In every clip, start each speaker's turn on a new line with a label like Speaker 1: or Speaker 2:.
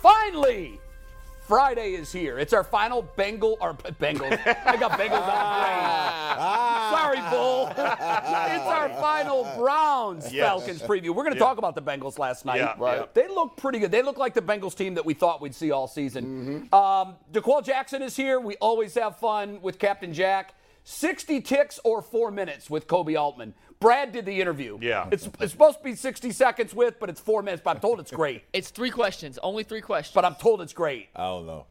Speaker 1: finally, Friday is here. It's our final Bengal or B- Bengals. I got Bengals on
Speaker 2: Ah.
Speaker 1: the brain. Sorry, Bull. it's our final Browns
Speaker 2: Yes.
Speaker 1: Falcons preview. We're going to talk about the Bengals last night.
Speaker 2: Yeah, Right. yeah.
Speaker 1: They look pretty good. They look like the Bengals team that we thought we'd see all season.
Speaker 2: Mm-hmm.
Speaker 1: Um, DeQuell Jackson is here. We always have fun with Captain Jack. 60 ticks or four minutes with Kobe Altman. Brad did the interview.
Speaker 2: Yeah.
Speaker 1: It's, it's supposed to be 60 seconds with, but it's four minutes, but I'm told it's great.
Speaker 3: It's three questions, only three questions.
Speaker 1: but I'm told it's great.
Speaker 4: I don't know.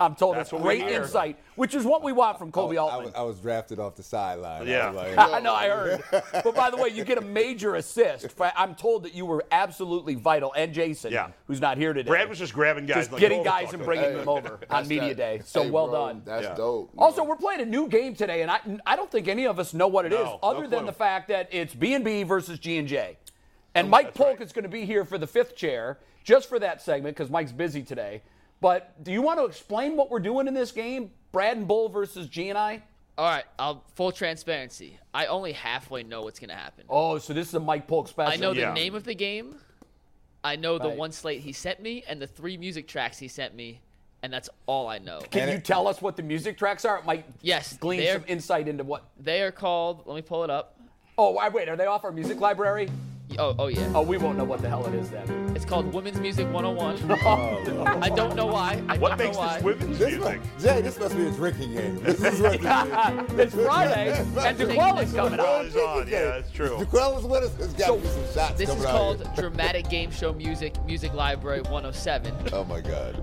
Speaker 1: I'm told
Speaker 2: That's
Speaker 1: it's
Speaker 2: what we
Speaker 1: great
Speaker 2: hear.
Speaker 1: insight, which is what we want from Kobe
Speaker 4: I, was- I
Speaker 1: Altman.
Speaker 4: was, I was drafted off the sideline.
Speaker 2: Yeah.
Speaker 4: I, was
Speaker 1: I,
Speaker 4: like,
Speaker 1: know, I heard. But by the way, you get a major assist. Fra- I'm told that you were absolutely vital, and Jason,
Speaker 2: Yeah.
Speaker 1: who's not here today.
Speaker 2: Brad was just grabbing guys.
Speaker 1: just
Speaker 2: like,
Speaker 1: getting
Speaker 2: oh,
Speaker 1: guys
Speaker 2: fuck.
Speaker 1: and bringing them over on media day. So
Speaker 5: Hey,
Speaker 1: well
Speaker 5: bro,
Speaker 1: done.
Speaker 5: That's
Speaker 2: Yeah.
Speaker 5: dope.
Speaker 1: Also, we're playing a new game today, and I, I don't think any of us know what it is,
Speaker 2: No,
Speaker 1: other
Speaker 2: no
Speaker 1: than
Speaker 2: clue.
Speaker 1: the fact that it's B and B versus G and J. And Mike
Speaker 2: Oh, that's right.
Speaker 1: Polk is going to be here for the fifth chair, just for that segment, because Mike's busy today. But do you want to explain what we're doing in this game, Brad and Bull versus G and I?
Speaker 3: All right, I'll, full transparency. I only halfway know what's going to happen.
Speaker 1: Oh, so this is a Mike Polk special.
Speaker 3: I know
Speaker 2: Yeah.
Speaker 3: the name of the game. I know the
Speaker 1: Right.
Speaker 3: one slate he sent me and the three music tracks he sent me, and that's all I know.
Speaker 1: Can you tell us what the music tracks are? It might
Speaker 3: Yes,
Speaker 1: glean
Speaker 3: they're-
Speaker 1: some insight into what.
Speaker 3: They are called. Let me pull it up.
Speaker 1: Oh, I- wait, are they off our music library?
Speaker 3: Oh, oh yeah.
Speaker 1: Oh, we won't know what the hell it is then.
Speaker 3: It's called Women's Music 101. I don't know why. I
Speaker 2: Oh, What
Speaker 3: don't
Speaker 2: makes
Speaker 3: know why.
Speaker 2: this women's
Speaker 4: this
Speaker 2: music?
Speaker 4: must, Jay, this must be a drinking game. This is what
Speaker 1: it's Friday, and DeQuell is coming
Speaker 2: Well,
Speaker 1: out.
Speaker 2: it's on. Yeah, it's true.
Speaker 4: DeQuell is with us. There's got to be some shots
Speaker 3: This
Speaker 4: coming
Speaker 3: is
Speaker 4: out
Speaker 3: called
Speaker 4: here.
Speaker 3: Dramatic Game Show Music Music Library 107.
Speaker 4: Oh my God.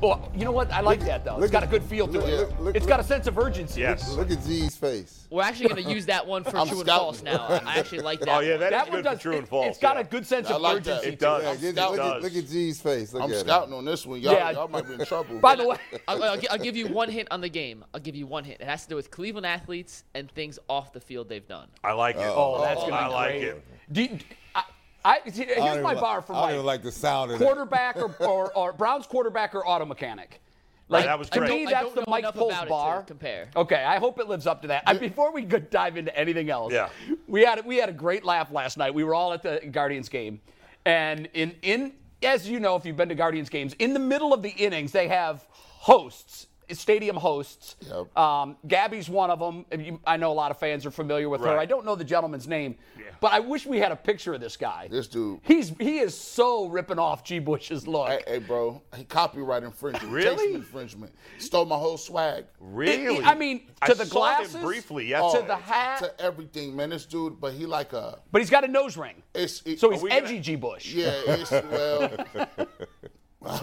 Speaker 1: Well, Oh, you know what? I like that though. It's
Speaker 4: look
Speaker 1: got a
Speaker 4: at-
Speaker 1: good feel to
Speaker 4: look-
Speaker 1: it.
Speaker 4: look- look-
Speaker 1: It's got a sense of urgency.
Speaker 2: Yes.
Speaker 4: Look at G's face.
Speaker 3: We're actually going to use that one for
Speaker 5: I'm
Speaker 3: true and
Speaker 5: scouting.
Speaker 3: false now. I actually like that.
Speaker 2: Oh yeah,
Speaker 3: one.
Speaker 2: that,
Speaker 1: That
Speaker 2: is
Speaker 1: one
Speaker 2: good for
Speaker 1: does.
Speaker 2: true
Speaker 1: it-
Speaker 2: and false.
Speaker 1: it's got
Speaker 2: yeah.
Speaker 1: a good sense
Speaker 5: I
Speaker 1: of
Speaker 5: like that.
Speaker 1: urgency.
Speaker 2: It does.
Speaker 4: Yeah,
Speaker 5: I'm
Speaker 4: get-
Speaker 5: scouting.
Speaker 4: look, at,
Speaker 2: Does.
Speaker 4: look at G's face. Look
Speaker 5: I'm
Speaker 4: at him.
Speaker 5: scouting on this one. Y'all,
Speaker 1: Yeah.
Speaker 5: y'all might be in trouble.
Speaker 1: By the way,
Speaker 3: I'll, I'll, gi- I'll give you one hint on the game. I'll give you one hint. It has to do with Cleveland athletes and things off the field they've done.
Speaker 2: I like it.
Speaker 1: oh, that's gonna be
Speaker 2: I like
Speaker 1: great.
Speaker 2: it.
Speaker 1: Do you- I, I, see,
Speaker 4: I don't
Speaker 1: here's
Speaker 4: even
Speaker 1: my
Speaker 4: like-
Speaker 1: bar for
Speaker 4: I don't
Speaker 1: Mike.
Speaker 4: even like the sound of that.
Speaker 1: quarterback or, or, or Browns quarterback or auto mechanic. Like
Speaker 2: that was
Speaker 1: to
Speaker 2: great.
Speaker 1: me,
Speaker 3: I
Speaker 1: that's
Speaker 3: don't
Speaker 1: the
Speaker 3: know
Speaker 1: Mike
Speaker 3: enough
Speaker 1: Polk
Speaker 3: about it to
Speaker 1: bar.
Speaker 3: compare.
Speaker 1: Okay, I hope it lives up to that. I, before we go dive into anything else,
Speaker 2: Yeah.
Speaker 1: we had we had a great laugh last night. We were all at the Guardians game, and in in as you know, if you've been to Guardians games, in the middle of the innings they have hosts, stadium hosts.
Speaker 5: Yep.
Speaker 1: Um, Gabby's one of them. And you- I know a lot of fans are familiar with her.
Speaker 2: Right.
Speaker 1: I don't know the gentleman's name, but I wish we had a picture of this guy.
Speaker 5: This dude.
Speaker 1: He's he is so ripping off G. Bush's look.
Speaker 5: Hey, hey, bro, he copyright infringement.
Speaker 2: Really?
Speaker 5: Taste infringement. Stole my whole swag.
Speaker 2: Really?
Speaker 1: I mean, to
Speaker 2: I
Speaker 1: the
Speaker 2: saw
Speaker 1: glasses,
Speaker 2: Him briefly,
Speaker 1: to
Speaker 2: yesterday.
Speaker 1: the hat,
Speaker 5: To everything, man. This dude, but he like a.
Speaker 1: but he's got a nose ring,
Speaker 5: It's, it-
Speaker 1: so he's
Speaker 2: we gonna-
Speaker 1: edgy G. Bush.
Speaker 5: Yeah, it's, well.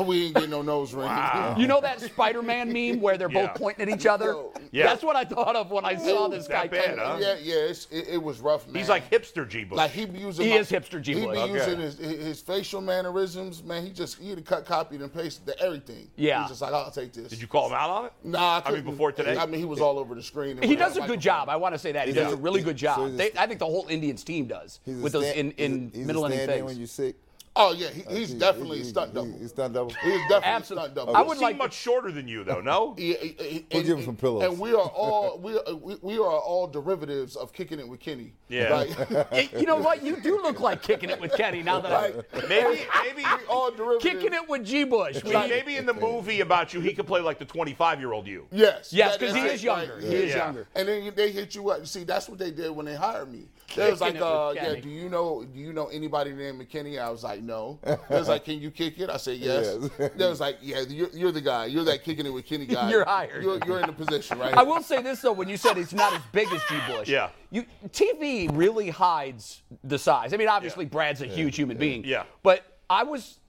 Speaker 5: we ain't getting no nose ring.
Speaker 1: You know that Spider-Man meme where they're
Speaker 2: Yeah.
Speaker 1: both pointing at each other?
Speaker 5: Yo,
Speaker 2: Yeah.
Speaker 1: That's what I thought of when I saw this guy.
Speaker 2: that bad,
Speaker 1: coming.
Speaker 2: huh?
Speaker 5: Yeah, yeah, it's, it, it was rough, man.
Speaker 2: He's like hipster G. Bush.
Speaker 5: Like he be using.
Speaker 1: He
Speaker 5: my-
Speaker 1: is hipster G
Speaker 5: He be
Speaker 1: Bush. Okay.
Speaker 5: using his, his his facial mannerisms, man. He just he cut, copied and pasted the everything.
Speaker 1: Yeah.
Speaker 5: He's just like, I'll take this.
Speaker 2: Did you call him out on it?
Speaker 5: Nah, I,
Speaker 2: I mean
Speaker 5: couldn't.
Speaker 2: before today.
Speaker 5: I mean, he was all over the screen. and
Speaker 1: He
Speaker 5: without
Speaker 1: does a good
Speaker 5: microphone.
Speaker 1: job. I want to say that he does a
Speaker 4: a-
Speaker 1: really good
Speaker 4: so
Speaker 1: job.
Speaker 4: he's a-
Speaker 1: They, I think the whole Indians team does
Speaker 4: He's a
Speaker 1: with those
Speaker 4: stand-
Speaker 1: in,
Speaker 4: he's a-
Speaker 1: in
Speaker 4: he's a
Speaker 1: middle inning
Speaker 4: stand-in
Speaker 1: things.
Speaker 4: when you're sick.
Speaker 5: Oh yeah, he, he's
Speaker 4: Uh, He-
Speaker 5: definitely
Speaker 4: he-
Speaker 5: a stunt
Speaker 4: he-
Speaker 5: double.
Speaker 4: He's stunt double.
Speaker 5: He's definitely
Speaker 1: Absolutely.
Speaker 5: a stunt double.
Speaker 1: I
Speaker 2: I
Speaker 1: would
Speaker 2: would
Speaker 1: like-
Speaker 2: much shorter than you though. No.
Speaker 5: Yeah, he- he-
Speaker 4: We'll
Speaker 5: and-
Speaker 4: give him some pillows.
Speaker 5: And we are all we, uh, we we are all derivatives of kicking it with Kenny.
Speaker 2: Yeah.
Speaker 5: Like,
Speaker 1: Y- you know what? You do look like kicking it with Kenny now that I'm
Speaker 2: Maybe maybe
Speaker 5: all derivatives.
Speaker 1: kicking it with G. Bush. We-
Speaker 2: See, maybe in the movie about you, he could play like the 25 year old you.
Speaker 5: Yes.
Speaker 1: Yes,
Speaker 5: that
Speaker 1: 'cause he
Speaker 5: it.
Speaker 1: is younger. He is younger.
Speaker 5: And then you- they hit you up. You see, that's what they did when they hired me. They was
Speaker 1: Kicking
Speaker 5: like,
Speaker 1: it with
Speaker 5: uh, yeah,
Speaker 1: Kenny.
Speaker 5: do you know do you know anybody named McKinney? I was like, like, no. They was like, can you kick it? I said, yes.
Speaker 4: Yes.
Speaker 5: They was like, yeah, you're, you're the guy. You're that kicking it with Kenny guy.
Speaker 1: You're hired.
Speaker 5: You're, you're in the position, right?
Speaker 1: I will say this though, when you said it's not as big as G. Bush,
Speaker 2: Yeah.
Speaker 1: you TV really hides the size. I mean, obviously Brad's a huge human being,
Speaker 2: Yeah.
Speaker 1: but I was,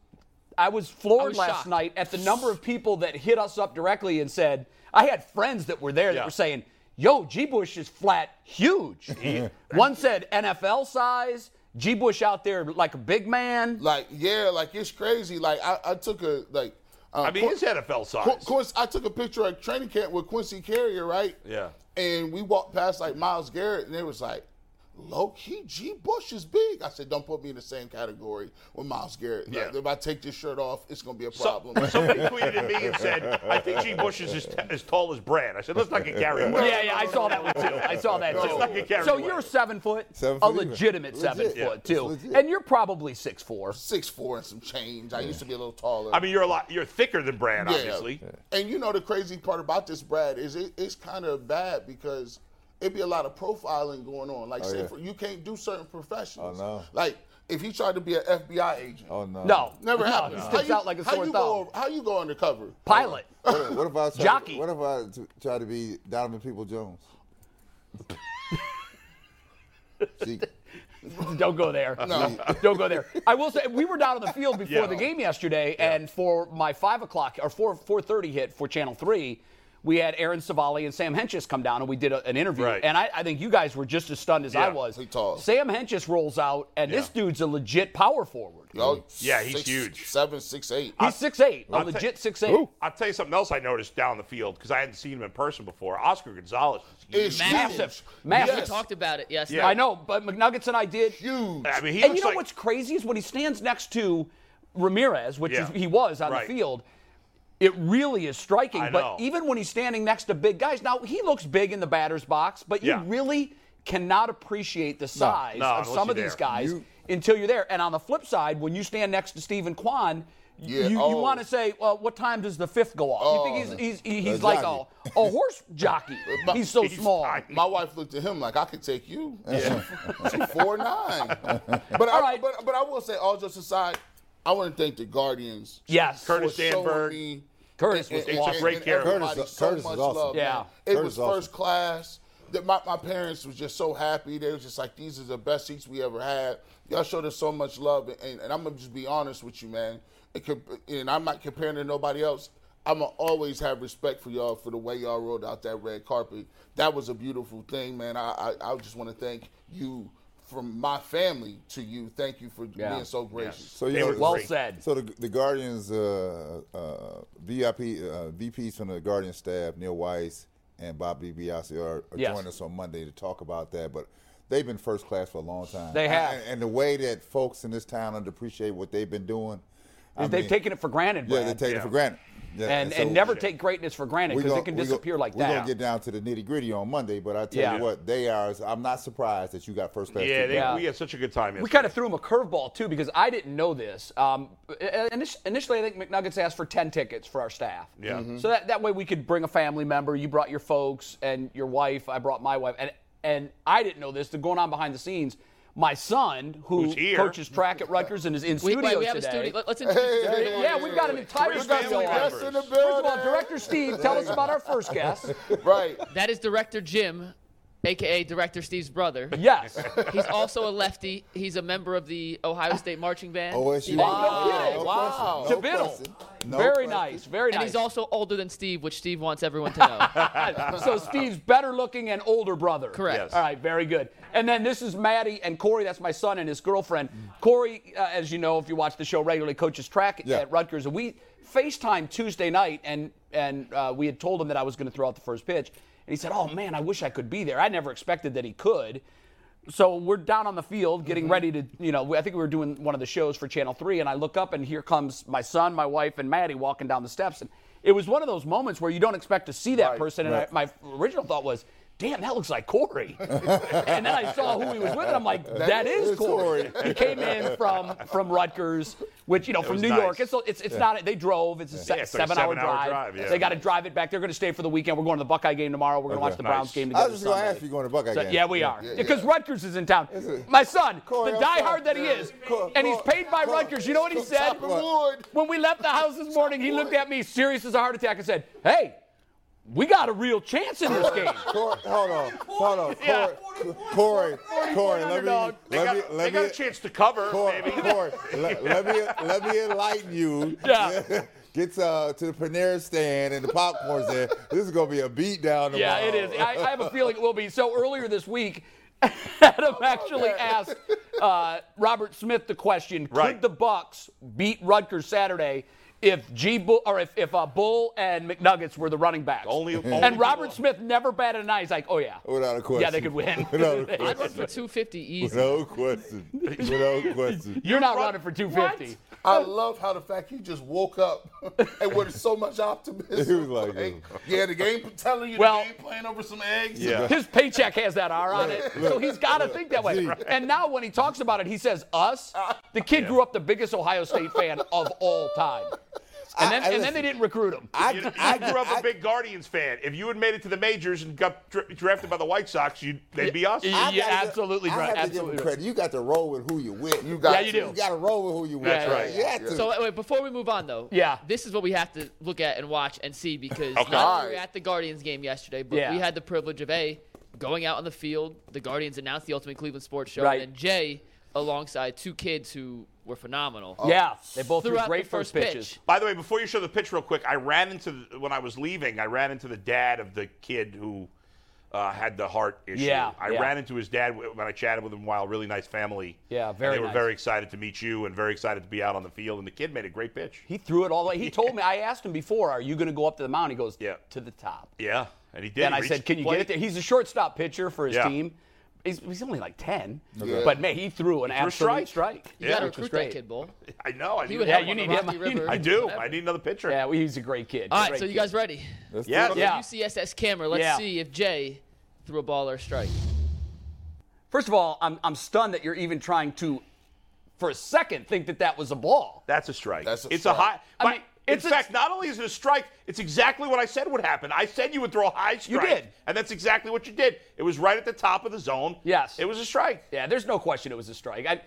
Speaker 1: I was floored
Speaker 3: I was
Speaker 1: last
Speaker 3: shocked.
Speaker 1: night at the number of people that hit us up directly and said, I had friends that were there that
Speaker 2: Yeah.
Speaker 1: were saying, "Yo, G. Bush is flat huge." One said NFL size. G. Bush out there like a big man.
Speaker 5: Like, yeah, like it's crazy. Like, I, I took a like. Uh,
Speaker 2: I mean, his NFL size.
Speaker 5: Of course, I took a picture at training camp with Quincy Carrier, right?
Speaker 2: Yeah.
Speaker 5: And we walked past like Miles Garrett, and they was like, "Low key, G. Bush is big." I said, "Don't put me in the same category with Miles Garrett. Like,
Speaker 2: Yeah.
Speaker 5: if I take this shirt off, it's gonna be a
Speaker 2: So,
Speaker 5: problem."
Speaker 2: somebody tweeted at me and said, "I think G. Bush is as, t- as tall as Brad." I said, "Let's not get carried away."
Speaker 1: Yeah, yeah, I saw that one too. I saw that
Speaker 2: Let's not
Speaker 1: too.
Speaker 2: get carried
Speaker 1: So
Speaker 2: away.
Speaker 1: you're seven foot,
Speaker 4: Seven
Speaker 1: a
Speaker 4: foot even.
Speaker 1: legitimate seven
Speaker 4: Legit.
Speaker 1: foot
Speaker 4: Yeah,
Speaker 1: too,
Speaker 4: it's legit.
Speaker 1: and you're probably six four.
Speaker 5: Six four and some change. I used to be a little taller.
Speaker 2: I mean, you're a lot. You're thicker than Brad,
Speaker 5: Yeah.
Speaker 2: obviously.
Speaker 5: And you know the crazy part about this, Brad, is it, it's kind of bad because it'd be a lot of profiling going on.
Speaker 2: Oh,
Speaker 5: Like, say
Speaker 4: yeah.
Speaker 5: for, you can't do certain professionals.
Speaker 4: Oh, no.
Speaker 5: Like, if he tried to be an FBI agent,
Speaker 4: Oh no.
Speaker 1: No,
Speaker 5: never happened.
Speaker 1: He sticks out like a
Speaker 5: how
Speaker 1: sore
Speaker 5: you
Speaker 1: thumb.
Speaker 5: Go, how you go undercover?
Speaker 1: Pilot.
Speaker 4: What if, what if I try
Speaker 1: Jockey.
Speaker 4: To, what if I t- try to be Donovan People Jones? See,
Speaker 1: Don't go there.
Speaker 5: No.
Speaker 1: Don't go there. I will say we were down on the field before
Speaker 2: Yeah.
Speaker 1: the game yesterday, and for my five o'clock or four four thirty hit for Channel Three, we had Aaron Savali and Sam Henches come down, and we did a- an interview.
Speaker 2: Right.
Speaker 1: And I, I think you guys were just as stunned as I
Speaker 2: Yeah.
Speaker 1: was.
Speaker 5: He tall.
Speaker 1: Sam Henches rolls out, and this
Speaker 2: Yeah.
Speaker 1: dude's a legit power forward.
Speaker 4: Oh,
Speaker 5: Y'all
Speaker 2: Yeah, he's
Speaker 5: six-
Speaker 2: huge.
Speaker 5: Seven, six, eight.
Speaker 1: He's six eight, a
Speaker 2: I'll take-
Speaker 1: legit six eight.
Speaker 2: I'll tell you something else I noticed down the field because I hadn't seen him in person before. Oscar Gonzalez. is huge.
Speaker 5: It's
Speaker 1: Massive.
Speaker 5: huge.
Speaker 1: Massive.
Speaker 3: We talked about it. Yes.
Speaker 2: Yeah.
Speaker 1: I know, but McNuggets and I did.
Speaker 5: Huge.
Speaker 2: I mean, he
Speaker 1: and
Speaker 2: looks
Speaker 1: you know
Speaker 2: like,
Speaker 1: what's crazy is when he stands next to Ramirez, which
Speaker 2: Yeah.
Speaker 1: is, he was on
Speaker 2: Right.
Speaker 1: the field. It really is striking.
Speaker 2: I
Speaker 1: but
Speaker 2: know.
Speaker 1: even when he's standing next to big guys, now he looks big in the batter's box, but
Speaker 2: Yeah.
Speaker 1: you really cannot appreciate the size
Speaker 2: No,
Speaker 1: of
Speaker 2: unless
Speaker 1: some of
Speaker 2: you're
Speaker 1: these
Speaker 2: there.
Speaker 1: guys until you're there. And on the flip side, when you stand next to Stephen Kwan.
Speaker 5: Yeah,
Speaker 1: you, you
Speaker 5: oh.
Speaker 1: want to say, well, what time does the fifth go off? you think he's he's, he's
Speaker 4: A
Speaker 1: like a,
Speaker 4: jockey.
Speaker 1: a horse jockey?
Speaker 5: My-
Speaker 1: he's so
Speaker 2: he's
Speaker 1: small.
Speaker 2: tiny.
Speaker 5: My wife looked at him like I could take you. four nine. But I,
Speaker 1: All right.
Speaker 5: but but I will say, all jokes aside, I want to thank the Guardians.
Speaker 1: Yes.
Speaker 2: Curtis
Speaker 5: for showing
Speaker 2: Danberg.
Speaker 5: me
Speaker 1: Curtis
Speaker 5: and-
Speaker 1: was
Speaker 5: and-
Speaker 1: awesome.
Speaker 5: and
Speaker 2: Great character.
Speaker 5: everybody
Speaker 4: Curtis-
Speaker 5: so
Speaker 4: Curtis
Speaker 5: much
Speaker 4: is awesome.
Speaker 5: love,
Speaker 1: Yeah.
Speaker 5: man. It
Speaker 4: Curtis
Speaker 5: was
Speaker 4: is awesome.
Speaker 5: first class. That my, my parents was just so happy. They was just like, these is the best seats we ever had. Y'all showed us so much love, and, and, I'm gonna just be honest with you, man. It could, and I'm not comparing to nobody else. I'm gonna always have respect for y'all for the way y'all rolled out that red carpet. That was a beautiful thing, man. I I, I just want to thank you from my family to you. Thank you for
Speaker 1: Yeah.
Speaker 5: being so gracious.
Speaker 4: so you
Speaker 2: They
Speaker 4: know,
Speaker 2: were
Speaker 1: Well
Speaker 2: great.
Speaker 1: said.
Speaker 4: So the, the Guardians uh, uh, VIP uh, VPs from the Guardian staff, Neil Weiss and Bob DiBiase, are, are
Speaker 1: Yes.
Speaker 4: joining us on Monday to talk about that. But they've been first class for a long time.
Speaker 1: They have.
Speaker 4: and, and the way that folks in this town don't appreciate what they've been doing. I
Speaker 1: They've
Speaker 4: mean,
Speaker 1: taken it for granted,
Speaker 4: yeah,
Speaker 1: Brad.
Speaker 4: they take it
Speaker 2: Yeah.
Speaker 4: for granted. Yeah,
Speaker 1: and, and
Speaker 4: so-
Speaker 1: never take greatness for granted
Speaker 4: we
Speaker 1: because
Speaker 4: gon-
Speaker 1: it can
Speaker 4: we gon-
Speaker 1: disappear like
Speaker 4: We're gonna
Speaker 1: that.
Speaker 4: get down to the nitty gritty on Monday, but I tell
Speaker 1: Yeah.
Speaker 4: you what, they are. I'm not surprised that you got first class.
Speaker 2: Yeah, they,
Speaker 4: treatment.
Speaker 1: Yeah.
Speaker 2: we had such a good time.
Speaker 1: We
Speaker 2: yesterday.
Speaker 1: kind of threw him a curveball too because I didn't know this. Um, init- initially, I think McNuggets asked for ten tickets for our staff.
Speaker 2: Yeah. Mhm.
Speaker 1: So that, that way we could bring a family member. You brought your folks and your wife. I brought my wife, and and I didn't know this. The going on behind the scenes, my son who
Speaker 2: Who's here.
Speaker 1: coaches track at Rutgers and is in
Speaker 3: We,
Speaker 1: studio
Speaker 3: wait, we have
Speaker 1: today.
Speaker 3: a studio. Let, us introduce
Speaker 5: Hey,
Speaker 3: everyone.
Speaker 5: hey,
Speaker 1: yeah, we've got an entire
Speaker 2: Three
Speaker 1: studio.
Speaker 2: family
Speaker 1: on.
Speaker 2: members.
Speaker 5: Guests in the
Speaker 1: First of all,
Speaker 5: building.
Speaker 1: Director Steve, tell us about our first guest.
Speaker 5: Right.
Speaker 3: That is director Jim, aka director Steve's brother.
Speaker 1: Yes.
Speaker 3: He's also a lefty. He's a member of the Ohio State marching band.
Speaker 5: Oh,
Speaker 4: OSU.
Speaker 1: Wow.
Speaker 4: No
Speaker 1: kidding.
Speaker 4: question,
Speaker 1: Wow.
Speaker 4: no
Speaker 1: Jabil.
Speaker 4: question, no
Speaker 1: very
Speaker 4: question.
Speaker 1: nice. Very
Speaker 3: And
Speaker 1: nice.
Speaker 3: he's also older than Steve, which Steve wants everyone to know.
Speaker 1: so Steve's better looking and older brother.
Speaker 3: Correct. Yes.
Speaker 1: All right, very good. And then this is Maddie and Corey. That's my son and his girlfriend. Corey, uh, as you know, if you watch the show regularly, coaches track
Speaker 4: Yeah.
Speaker 1: at Rutgers. And we FaceTime Tuesday night, and and uh, we had told him that I was going to throw out the first pitch, and he said, "Oh man, I wish I could be there. I never expected that he could." So we're down on the field getting ready to, you know, we- I think we were doing one of the shows for Channel 3, and I look up and here comes my son, my wife, and Maddie walking down the steps. And it was one of those moments where you don't expect to see that person. And I, my original thought was, damn, that looks like Corey. and then I saw who he was with, and I'm like, that is
Speaker 4: is Corey.
Speaker 1: Corey. he came in from from Rutgers, which you know from
Speaker 2: was
Speaker 1: New
Speaker 2: nice.
Speaker 1: York. It's it's, it's not they drove. It's a se-
Speaker 2: Yeah, it's like a
Speaker 1: seven-hour
Speaker 2: seven-hour
Speaker 1: drive.
Speaker 2: drive, yeah.
Speaker 1: They got to drive it back. They're going to stay for the weekend. We're going to the Buckeye game tomorrow. We're going to watch the
Speaker 2: Nice.
Speaker 1: Browns game
Speaker 4: I
Speaker 1: together.
Speaker 4: was just gonna
Speaker 1: Sunday.
Speaker 4: ask if you're going to Buckeye
Speaker 1: So-
Speaker 4: game.
Speaker 1: yeah, we are. Because Rutgers is in town. My son,
Speaker 4: Corey,
Speaker 1: the
Speaker 4: I'm sorry.
Speaker 1: diehard that he is,
Speaker 4: Corey,
Speaker 1: and he's paid by
Speaker 4: Corey,
Speaker 1: Rutgers. You know what he
Speaker 4: Corey,
Speaker 1: said?
Speaker 4: chopping wood.
Speaker 1: When we left the house this morning, he looked at me serious as a heart attack and said, Hey, we got a real chance in this game.
Speaker 4: Corey, hold on, hold on,
Speaker 1: Yeah.
Speaker 4: Corey, Corey, Corey, let me,
Speaker 1: underdog.
Speaker 2: They,
Speaker 4: let
Speaker 2: got,
Speaker 4: me,
Speaker 2: they
Speaker 4: let
Speaker 2: got
Speaker 4: me,
Speaker 2: a chance to cover,
Speaker 4: Corey,
Speaker 2: maybe.
Speaker 4: Corey, let, let me, let me enlighten you.
Speaker 1: Yeah.
Speaker 4: Gets uh, to the Panera stand and the popcorn's there. This is gonna be a beat down tomorrow.
Speaker 1: Yeah, it is. I, I have a feeling it will be. So earlier this week, Adam
Speaker 4: Oh,
Speaker 1: actually asked uh, Robert Smith the question:
Speaker 2: Right.
Speaker 1: Could the Bucks beat Rutgers Saturday if G Bull or if if uh, Bull and McNuggets were the running backs?
Speaker 2: Only- only
Speaker 1: and Robert
Speaker 2: Bull.
Speaker 1: Smith never batted an eye. He's like, oh yeah,
Speaker 4: Without a question.
Speaker 1: yeah, they could win.
Speaker 4: Without a
Speaker 3: I'd run
Speaker 4: question.
Speaker 3: for 250 easy.
Speaker 4: Without question. Without question.
Speaker 1: You're not running for 250.
Speaker 5: I love how the fact he just woke up and with so much optimism.
Speaker 4: He was like,
Speaker 5: yeah, the game telling you
Speaker 1: Well-
Speaker 5: the game plan over some eggs.
Speaker 2: Yeah.
Speaker 1: His paycheck has that R on it, so he's got to think that way.
Speaker 4: Gee.
Speaker 1: And now when he talks about it, he says us. The kid grew up the biggest Ohio State fan of all time, and then
Speaker 4: I- I
Speaker 1: and then they
Speaker 4: listen.
Speaker 1: didn't recruit him.
Speaker 4: I,
Speaker 2: You,
Speaker 4: I,
Speaker 2: I grew up a
Speaker 4: I-
Speaker 2: big Guardians fan. If you had made it to the majors and got dra- drafted by the White Sox, you'd, they'd be us.
Speaker 1: Yeah.
Speaker 4: I
Speaker 1: You're
Speaker 4: gotta give-
Speaker 1: absolutely
Speaker 4: I
Speaker 1: right.
Speaker 4: have to
Speaker 1: Absolutely
Speaker 4: give
Speaker 1: right.
Speaker 4: him credit. You got to roll with who you with. You
Speaker 5: got
Speaker 1: Yeah, you to. do.
Speaker 4: You got to roll with who you with.
Speaker 2: That's
Speaker 4: man.
Speaker 2: right.
Speaker 4: You have to.
Speaker 3: So wait, wait, before we move on though,
Speaker 1: Yeah.
Speaker 3: this is what we have to look at and watch and see because
Speaker 2: Okay.
Speaker 3: not only
Speaker 5: Alright.
Speaker 3: we were at the Guardians game yesterday, but
Speaker 1: Yeah.
Speaker 3: we had the privilege of a going out on the field. The Guardians announced the Ultimate Cleveland Sports Show,
Speaker 1: Right.
Speaker 3: and then Jay alongside two kids who were phenomenal.
Speaker 1: Yeah, they both threw
Speaker 3: Throughout
Speaker 1: Oh, great
Speaker 3: the
Speaker 1: first
Speaker 3: first
Speaker 1: pitches.
Speaker 3: pitch.
Speaker 2: By the way, before you show the pitch, real quick, I ran into the, when I was leaving. I ran into the dad of the kid who uh, had the heart issue.
Speaker 1: Yeah,
Speaker 2: I
Speaker 1: yeah.
Speaker 2: ran into his dad wh- when I chatted with him. While really nice family.
Speaker 1: Yeah,
Speaker 2: And
Speaker 1: very
Speaker 2: They were
Speaker 1: nice.
Speaker 2: very excited to meet you and very excited to be out on the field. And the kid made a great pitch.
Speaker 1: He threw it all the way. He told me, I asked him before, are you going to go up to the mound? He goes,
Speaker 2: Yeah.
Speaker 1: to the top.
Speaker 2: Yeah, and he did.
Speaker 1: and
Speaker 2: He
Speaker 1: I said,
Speaker 2: reached
Speaker 1: can you
Speaker 2: the
Speaker 1: get
Speaker 2: plate.
Speaker 1: it there? He's a shortstop pitcher for his
Speaker 2: Yeah.
Speaker 1: team. He's, he's only like 10. But, man, he threw an
Speaker 2: threw a
Speaker 1: absolute
Speaker 2: strike.
Speaker 1: strike.
Speaker 3: You gotta
Speaker 1: which was
Speaker 3: recruit
Speaker 1: great.
Speaker 3: that kid, Bull.
Speaker 2: I know. I
Speaker 3: He
Speaker 2: need
Speaker 3: would
Speaker 2: one.
Speaker 1: Yeah,
Speaker 3: have
Speaker 1: you
Speaker 3: one
Speaker 1: need
Speaker 3: on
Speaker 1: him.
Speaker 3: Rocky
Speaker 1: You
Speaker 3: River.
Speaker 1: need-
Speaker 2: I do. I need another pitcher.
Speaker 1: Yeah, well, he's a great kid.
Speaker 3: All right,
Speaker 1: Great
Speaker 3: so you
Speaker 1: kid.
Speaker 3: guys ready?
Speaker 4: Let's do
Speaker 2: Yeah.
Speaker 4: it.
Speaker 3: On
Speaker 1: Yeah.
Speaker 3: the UCSS camera, let's
Speaker 1: Yeah.
Speaker 3: see if Jay threw a ball or a strike.
Speaker 1: First of all, I'm, I'm stunned that you're even trying to, for a second, think that that was a ball.
Speaker 2: That's a strike.
Speaker 5: That's a
Speaker 2: it's
Speaker 5: strike.
Speaker 2: a high.
Speaker 1: I
Speaker 2: But
Speaker 1: mean,
Speaker 2: in
Speaker 1: it's a-
Speaker 2: fact, not only is it a strike, it's exactly what I said would happen. I said you would throw a high strike.
Speaker 1: You did.
Speaker 2: And that's exactly what you did. It was right at the top of the zone.
Speaker 1: Yes.
Speaker 2: It was a strike.
Speaker 1: Yeah, there's no question it was a strike. I,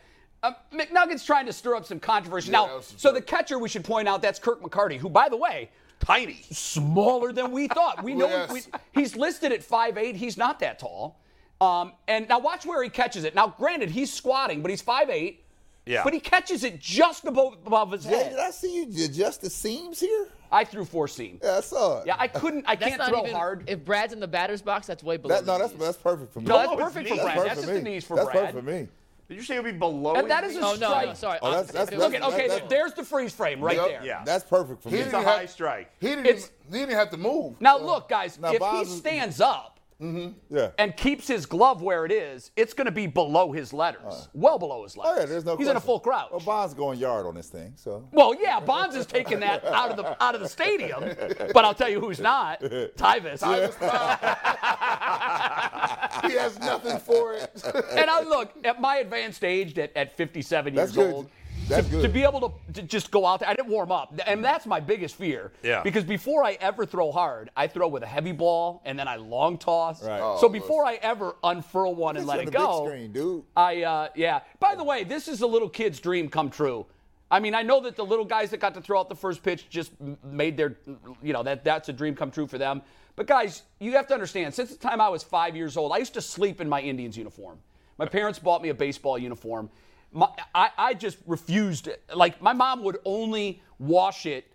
Speaker 1: um, McNuggets trying to stir up some controversy.
Speaker 5: Yeah, that
Speaker 1: now,
Speaker 5: was a
Speaker 1: so the
Speaker 5: strike.
Speaker 1: catcher, we should point out, that's Kirk McCarty, who, by the way,
Speaker 2: Tiny.
Speaker 1: smaller than we thought. We know
Speaker 5: Yes.
Speaker 1: we, he's listed at 5'8. He's not that tall. Um, and now watch where he catches it. Now, granted, he's squatting, but he's 5'8.
Speaker 2: Yeah.
Speaker 1: But he catches it just above, above his
Speaker 4: Hey,
Speaker 1: head.
Speaker 4: did I see you adjust the seams here?
Speaker 1: I threw four seam.
Speaker 4: Yeah, I saw it.
Speaker 1: Yeah, I couldn't. I
Speaker 3: That's
Speaker 1: can't
Speaker 3: not
Speaker 1: throw
Speaker 3: even
Speaker 1: hard.
Speaker 3: if Brad's in the batter's box. That's way below.
Speaker 4: That, no,
Speaker 3: his
Speaker 4: that's
Speaker 3: knees.
Speaker 4: that's perfect for me.
Speaker 1: no, that's
Speaker 2: it's
Speaker 1: perfect for
Speaker 2: knees.
Speaker 1: Brad.
Speaker 2: That's
Speaker 1: That's just the
Speaker 4: me.
Speaker 1: knees for
Speaker 4: that's
Speaker 1: Brad.
Speaker 4: perfect for me.
Speaker 2: Did you say it would be below?
Speaker 1: And that
Speaker 2: his
Speaker 1: is a
Speaker 2: knee?
Speaker 3: Oh no, no,
Speaker 1: strike.
Speaker 3: sorry.
Speaker 4: Oh, that's- that's-
Speaker 3: It was-
Speaker 4: that's-
Speaker 1: Okay, okay
Speaker 4: that-
Speaker 1: there's the freeze frame right
Speaker 5: Yep.
Speaker 1: there.
Speaker 2: Yeah.
Speaker 4: That's perfect for me.
Speaker 2: It's a
Speaker 5: have-
Speaker 2: high strike.
Speaker 5: He didn't,
Speaker 1: It's-
Speaker 5: even, he didn't have to move.
Speaker 1: Now, look, guys,
Speaker 4: Now,
Speaker 1: if he
Speaker 4: Bob's- Mm-hmm,
Speaker 1: stands up
Speaker 4: Yeah.
Speaker 1: and keeps his glove where it is, it's going to be below his letters, well below his letters.
Speaker 4: oh, yeah, there's no
Speaker 1: He's in a
Speaker 4: question.
Speaker 1: full crowd.
Speaker 4: Well, Bond's going yard on this thing, so.
Speaker 1: Well, yeah, Bonds is taking that out of the out of the stadium, but I'll tell you who's not. Tyvis.
Speaker 5: He has nothing for it.
Speaker 1: and I look at my advanced age at, at 57 years
Speaker 4: That's good.
Speaker 1: old.
Speaker 4: That's
Speaker 1: to,
Speaker 4: good.
Speaker 1: to be able to, to just go out there, I didn't warm up, and that's my biggest fear.
Speaker 2: Yeah.
Speaker 1: Because before I ever throw hard, I throw with a heavy ball and then I long toss.
Speaker 4: Right. Oh,
Speaker 1: so before I ever unfurl one and let
Speaker 4: on
Speaker 1: it
Speaker 4: the big
Speaker 1: go,
Speaker 4: screen, dude.
Speaker 1: I uh, yeah. By the way, this is a little kid's dream come true. I mean, I know that the little guys that got to throw out the first pitch just m- made their, you know, that that's a dream come true for them. But guys, you have to understand. Since the time I was five years old, I used to sleep in my Indians uniform. My parents bought me a baseball uniform. My, I, I just refused. it. Like my mom would only wash it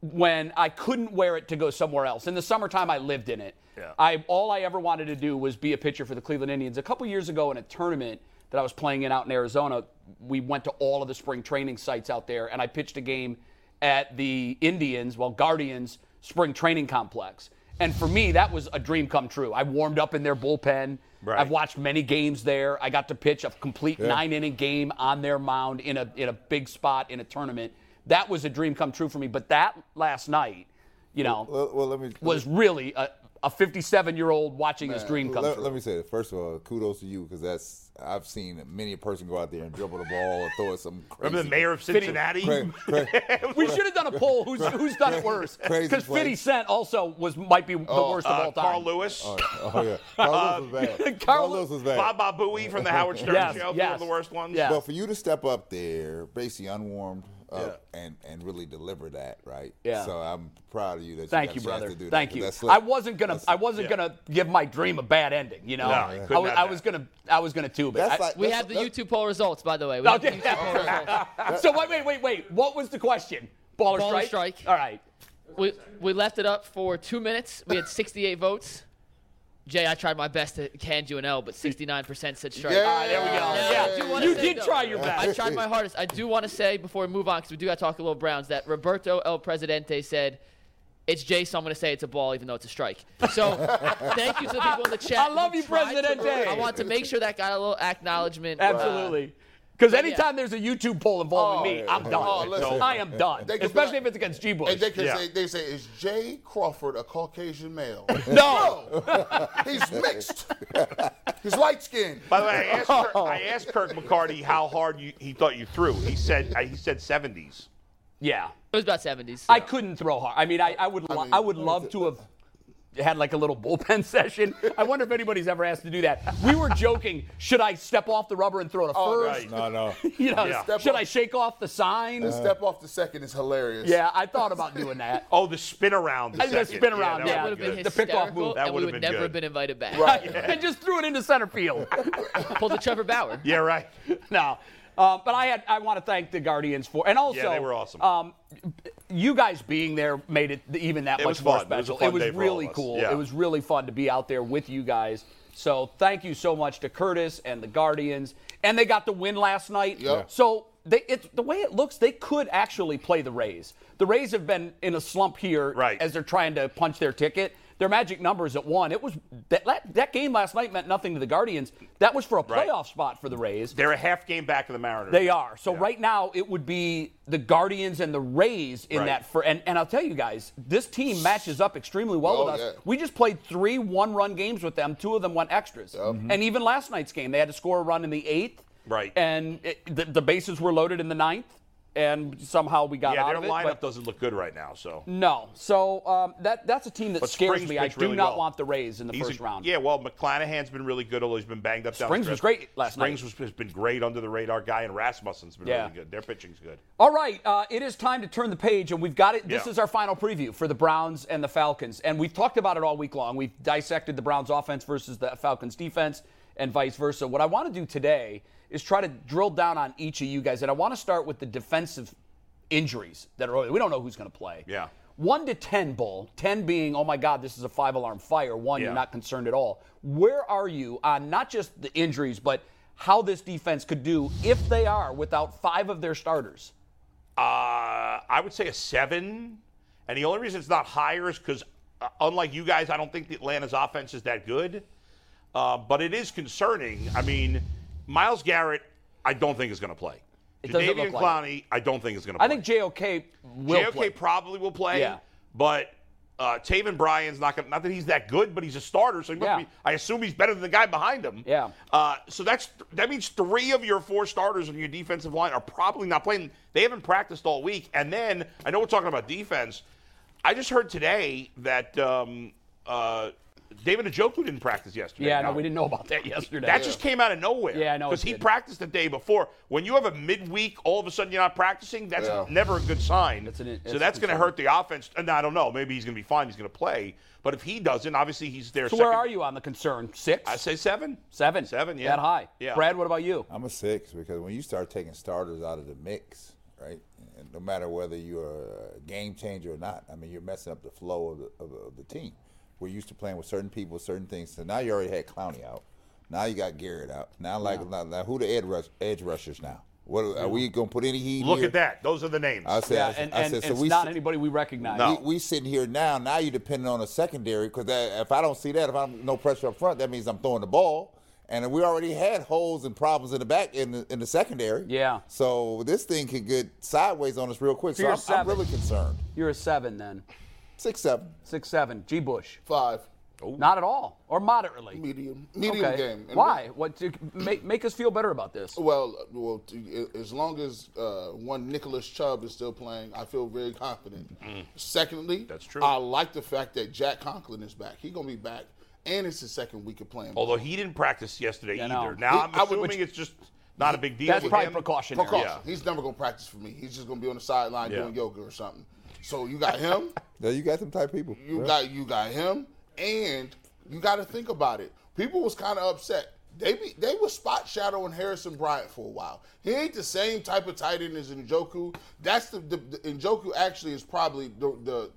Speaker 1: when I couldn't wear it to go somewhere else. In the summertime, I lived in it.
Speaker 2: Yeah.
Speaker 1: I all I ever wanted to do was be a pitcher for the Cleveland Indians. A couple years ago, in a tournament that I was playing in out in Arizona, we went to all of the spring training sites out there, and I pitched a game at the Indians, well Guardians spring training complex. And for me, that was a dream come true. I warmed up in their bullpen.
Speaker 2: Right.
Speaker 1: I've watched many games there. I got to pitch a complete nine inning game on their mound in a in a big spot in a tournament. That was a dream come true for me. But that last night, you know,
Speaker 4: Well, well, let me.
Speaker 1: was really a, a 57 year old watching his dream come
Speaker 4: Let,
Speaker 1: true.
Speaker 4: let me say this. First of all, kudos to you because that's I've seen many a person go out there and dribble the ball or throw it some crazy.
Speaker 2: Remember the mayor of Cincinnati?
Speaker 4: Cra- cra-
Speaker 1: we should have done a poll who's, who's done it worse
Speaker 4: Crazy
Speaker 1: because
Speaker 4: play.
Speaker 1: 50 Cent also was might be the worst of
Speaker 2: Uh,
Speaker 1: all time.
Speaker 2: Carl Lewis,
Speaker 4: oh yeah, Carl
Speaker 1: Uh,
Speaker 4: Lewis was bad.
Speaker 1: Carl
Speaker 4: Carl Lewis was bad.
Speaker 2: Bob Bob Bowie from the Howard Stern
Speaker 1: Yes,
Speaker 2: Show, one
Speaker 1: yes.
Speaker 2: of the worst ones.
Speaker 1: Yeah.
Speaker 4: But for you to step up there, basically unwarmed up, and and really deliver that, right?
Speaker 1: Yeah.
Speaker 4: So I'm proud of you that you
Speaker 1: Thank
Speaker 4: got
Speaker 1: you,
Speaker 4: a chance
Speaker 1: brother.
Speaker 4: To do that,
Speaker 1: Thank
Speaker 4: 'cause
Speaker 1: you.
Speaker 4: that's slick.
Speaker 1: I wasn't gonna. I wasn't
Speaker 2: Yeah.
Speaker 1: gonna give my dream a bad ending. You know,
Speaker 2: No, you
Speaker 1: I,
Speaker 2: couldn't
Speaker 1: was,
Speaker 2: have
Speaker 1: I
Speaker 2: that.
Speaker 1: was gonna. I was gonna tube it.
Speaker 4: That's
Speaker 1: I-
Speaker 4: like-
Speaker 3: We
Speaker 4: that's-
Speaker 3: have the
Speaker 4: that's-
Speaker 3: YouTube poll results, by the way. We
Speaker 1: Oh,
Speaker 3: have the
Speaker 1: yeah.
Speaker 3: YouTube poll results.
Speaker 1: so wait, wait, wait, wait. What was the question? Ball or
Speaker 3: Ball or
Speaker 1: strike?
Speaker 3: strike.
Speaker 1: All right.
Speaker 3: We, we left it up for two minutes. We had 68 votes. Jay, I tried my best to hand you an L, but 69% said strike.
Speaker 4: Yeah.
Speaker 1: There we go.
Speaker 3: Now, I do
Speaker 1: Yeah.
Speaker 3: wanna
Speaker 1: You
Speaker 3: say,
Speaker 1: did
Speaker 3: though-
Speaker 1: try your
Speaker 3: I
Speaker 1: best.
Speaker 3: tried my hardest. I do want to say before we move on, because we do got to talk a little Browns, that Roberto El Presidente said, it's Jay, so I'm going to say it's a ball, even though it's a strike. So thank you to the people in the chat.
Speaker 1: I love
Speaker 3: who
Speaker 1: you,
Speaker 3: tried to-
Speaker 1: Presidente.
Speaker 3: I want to make sure that got a little acknowledgement. Uh,
Speaker 1: Absolutely. Because anytime there's a YouTube poll involving
Speaker 5: Oh,
Speaker 1: me,
Speaker 5: yeah.
Speaker 1: I'm done.
Speaker 5: Oh, listen.
Speaker 1: I am done.
Speaker 5: They could be
Speaker 1: Especially
Speaker 5: like-
Speaker 1: if it's against G. Bush.
Speaker 5: And they, can
Speaker 2: Yeah.
Speaker 5: say, they say, is Jay Crawford a Caucasian male?
Speaker 1: No.
Speaker 5: No. He's mixed. He's light skinned.
Speaker 2: By the way, I asked, Kirk, I asked Kirk McCarty how hard you, he thought you threw. He said uh, he said 70s.
Speaker 1: yeah.
Speaker 3: it was about 70s.
Speaker 1: I couldn't throw hard. I mean, I, I would. I,
Speaker 5: mean-
Speaker 1: I would love to have had like a little bullpen session. I wonder if anybody's ever asked to do that. We were joking. Should I step off the rubber and throw it
Speaker 5: Oh,
Speaker 1: first?
Speaker 5: right.
Speaker 4: No, no.
Speaker 1: You know,
Speaker 2: Yeah.
Speaker 5: Step
Speaker 1: should
Speaker 5: off- Uh.
Speaker 1: I shake off the sign?
Speaker 5: The step off the second is hilarious.
Speaker 1: Uh. yeah, I thought about doing that.
Speaker 2: Oh, the spin around. The
Speaker 1: I think the
Speaker 2: second.
Speaker 1: spin around,
Speaker 2: that
Speaker 1: yeah.
Speaker 3: would
Speaker 2: would've
Speaker 3: have
Speaker 2: been
Speaker 3: been
Speaker 2: good.
Speaker 1: The
Speaker 3: hysterical,
Speaker 1: pickoff move.
Speaker 2: That
Speaker 3: and we
Speaker 2: would've been
Speaker 3: would never
Speaker 2: good.
Speaker 3: have been invited back.
Speaker 1: and just threw it into center field.
Speaker 3: Pulled a Trevor Bauer.
Speaker 2: Yeah, right.
Speaker 1: no. Uh, but I had I want to thank the Guardians for and also
Speaker 2: Yeah, they were awesome.
Speaker 1: Um, you guys being there made it even that
Speaker 2: It
Speaker 1: much
Speaker 2: was
Speaker 1: more
Speaker 2: fun. It was a
Speaker 1: special.
Speaker 2: fun day for all
Speaker 1: really
Speaker 2: of us.
Speaker 1: cool.
Speaker 2: Yeah.
Speaker 1: It was really fun to be out there with you guys. So thank you so much to Curtis and the Guardians, and they got the win last night.
Speaker 5: Yep.
Speaker 1: So they it, the way it looks, they could actually play the Rays. The Rays have been in a slump here
Speaker 2: Right.
Speaker 1: as they're trying to punch their ticket. Their magic number is at one. It was that, that that game last night meant nothing to the Guardians. That was for a playoff
Speaker 2: Right.
Speaker 1: spot for the Rays.
Speaker 2: They're a half game back of the Mariners.
Speaker 1: They are. So right now it would be the Guardians and the Rays in
Speaker 2: Right.
Speaker 1: that for and, and I'll tell you guys, this team matches up extremely well
Speaker 5: Oh,
Speaker 1: with us.
Speaker 5: yeah.
Speaker 1: We just played three one run games with them. Two of them went extras. And even last night's game, they had to score a run in the eighth.
Speaker 2: Mm-hmm. Right.
Speaker 1: And it, the, the bases were loaded in the ninth, and somehow we got
Speaker 2: Yeah,
Speaker 1: out
Speaker 2: their
Speaker 1: of it.
Speaker 2: lineup
Speaker 1: but-
Speaker 2: doesn't look good right now. So
Speaker 1: no. So um, that that's a team that
Speaker 2: But
Speaker 1: scares
Speaker 2: Springs
Speaker 1: me. I
Speaker 2: pitched
Speaker 1: do
Speaker 2: really
Speaker 1: not
Speaker 2: well.
Speaker 1: want the Rays in the
Speaker 2: He's
Speaker 1: first
Speaker 2: a-
Speaker 1: round.
Speaker 2: Yeah, well, McClanahan's been really good, although he's been banged up. down the
Speaker 1: Springs was
Speaker 2: stretch.
Speaker 1: great last
Speaker 2: Springs
Speaker 1: night.
Speaker 2: was- has been great under the radar guy, and Rasmussen's been
Speaker 1: Yeah.
Speaker 2: really good. Their pitching's good.
Speaker 1: All right, uh, it is time to turn the page, and we've got it. This
Speaker 2: Yeah.
Speaker 1: is our final preview for the Browns and the Falcons, and we've talked about it all week long. We've dissected the Browns' offense versus the Falcons' defense, and vice versa. What I want to do today is try to drill down on each of you guys, and I want to start with the defensive injuries that are. We don't know who's going to play.
Speaker 2: Yeah.
Speaker 1: One to ten, bull. Ten being, oh my God, this is a five-alarm fire. One,
Speaker 2: Yeah.
Speaker 1: you're not concerned at all. Where are you on not just the injuries, but how this defense could do if they are without five of their starters?
Speaker 2: Uh, I would say a seven, and the only reason it's not higher is because, uh, unlike you guys, I don't think the Atlanta's offense is that good. Uh, but it is concerning. I mean, Miles Garrett, I don't think is going to play.
Speaker 1: doesn't
Speaker 2: David
Speaker 1: look like
Speaker 2: Clowney, I don't think is going to play.
Speaker 1: I think JOK will
Speaker 2: JOK
Speaker 1: play.
Speaker 2: probably will play.
Speaker 1: Yeah.
Speaker 2: But uh, Taven Bryan's not going. Not that he's that good, but he's a starter, so he must
Speaker 1: Yeah.
Speaker 2: be, I assume he's better than the guy behind him.
Speaker 1: Yeah.
Speaker 2: Uh, so that's that means three of your four starters on your defensive line are probably not playing. They haven't practiced all week. And then I know we're talking about defense. I just heard today that um, uh, David Njoku didn't practice yesterday.
Speaker 1: yeah, no,
Speaker 2: Now,
Speaker 1: we didn't know about that yesterday.
Speaker 2: That just came out of nowhere.
Speaker 1: Yeah, I know it
Speaker 2: Because he
Speaker 1: did.
Speaker 2: practiced the day before. When you have a midweek, all of a sudden you're not practicing. That's
Speaker 5: Yeah.
Speaker 2: never a good sign.
Speaker 1: That's an-
Speaker 2: so
Speaker 1: that's
Speaker 2: that's going to hurt the offense. And I don't know. Maybe he's going to be fine. He's going to play. But if he doesn't, obviously he's there.
Speaker 1: So where are you on the concern? Six,
Speaker 2: I say seven.
Speaker 1: seven,
Speaker 2: Seven. Yeah.
Speaker 1: that high.
Speaker 2: Yeah.
Speaker 1: Brad, what about you?
Speaker 4: I'm a six because when you start taking starters out of the mix, right? And no matter whether you're a game changer or not, I mean, you're messing up the flow of the, of, of the team. We're used to playing with certain people, certain things. So now you already had Clowney out. Now you got Garrett out. Now, like, now, now who the edge, rush, edge rushers now? What are we gonna put any heat?
Speaker 2: Look
Speaker 4: here?
Speaker 2: at that. Those are the names.
Speaker 4: I said,
Speaker 1: yeah,
Speaker 4: I, said-
Speaker 1: and,
Speaker 4: I
Speaker 1: and
Speaker 4: said, so
Speaker 1: it's
Speaker 4: we
Speaker 1: not
Speaker 4: sit-
Speaker 1: anybody we recognize.
Speaker 2: No.
Speaker 4: we, we sitting here now. Now you're depending on a secondary because if I don't see that, if I'm no pressure up front, that means I'm throwing the ball. And we already had holes and problems in the back in the, in the secondary.
Speaker 1: Yeah.
Speaker 4: So this thing could get sideways on us real quick.
Speaker 1: Fear
Speaker 4: so I'm, I'm
Speaker 1: seven.
Speaker 4: really concerned.
Speaker 1: You're a seven then,
Speaker 4: Six seven.
Speaker 1: six, seven. G. Bush.
Speaker 5: Five.
Speaker 1: Not at all, or moderately.
Speaker 5: Medium, medium
Speaker 1: okay.
Speaker 5: game. And
Speaker 1: Why? What to make, make us feel better about this?
Speaker 5: Well, uh, well, t- i- as long as uh, one Nicholas Chubb is still playing, I feel very confident. Secondly,
Speaker 2: Mm. That's true.
Speaker 5: I like the fact that Jack Conklin is back. He's gonna be back, and it's his second week of playing.
Speaker 2: Although he didn't practice yesterday
Speaker 1: Yeah, no.
Speaker 2: either. Now
Speaker 5: He-
Speaker 2: I'm
Speaker 5: I would-
Speaker 2: assuming it's just not a big deal.
Speaker 1: That's
Speaker 2: with
Speaker 1: probably
Speaker 2: him.
Speaker 1: precautionary.
Speaker 5: Precaution.
Speaker 2: Yeah.
Speaker 5: He's never gonna practice for me. He's just gonna be on the sideline
Speaker 2: Yeah.
Speaker 5: doing yoga or something. So you got him.
Speaker 4: Now you got some type of people.
Speaker 5: You
Speaker 4: bro.
Speaker 5: got you got him, and you got to think about it. People was kind of upset. They be, they was spot shadowing Harrison Bryant for a while. He ain't the same type of tight end as Njoku. That's the, the, the Njoku actually is probably the, the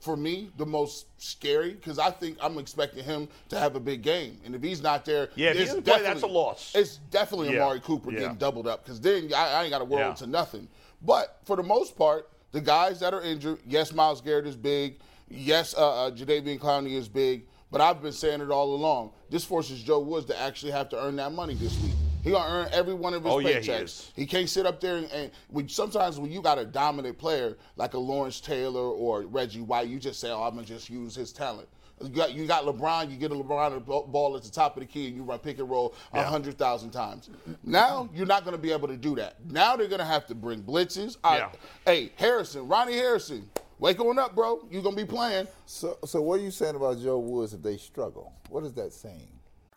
Speaker 5: for me the most scary because I think I'm expecting him to have a big game, and if he's not there,
Speaker 2: Yeah, if he
Speaker 5: it's
Speaker 2: doesn't play, that's
Speaker 5: definitely-
Speaker 2: a loss.
Speaker 5: It's definitely
Speaker 2: Yeah.
Speaker 5: Amari Cooper
Speaker 2: Yeah.
Speaker 5: getting doubled up because then I, I ain't got a world
Speaker 2: Yeah.
Speaker 5: to nothing. But for the most part, the guys that are injured, yes, Miles Garrett is big. Yes, uh, uh, Jadavian Clowney is big. But I've been saying it all along. This forces Joe Woods to actually have to earn that money this week. He gonna earn every one of his
Speaker 2: Oh, yeah,
Speaker 5: paychecks.
Speaker 2: he is.
Speaker 5: He can't sit up there and, and when, sometimes when you got a dominant player like a Lawrence Taylor or Reggie White, you just say, "Oh, I'm gonna just use his talent." You got, you got LeBron. You get a LeBron a b- ball at the top of the key, and you run pick and roll a hundred thousand times. Now you're not gonna be able to do that. Now they're gonna have to bring blitzes. I-
Speaker 2: Yeah.
Speaker 5: Hey, Harrison, Ronnie Harrison, wake on up, bro. You're gonna be playing.
Speaker 4: So, so what are you saying about Joe Woods if they struggle? What is that saying?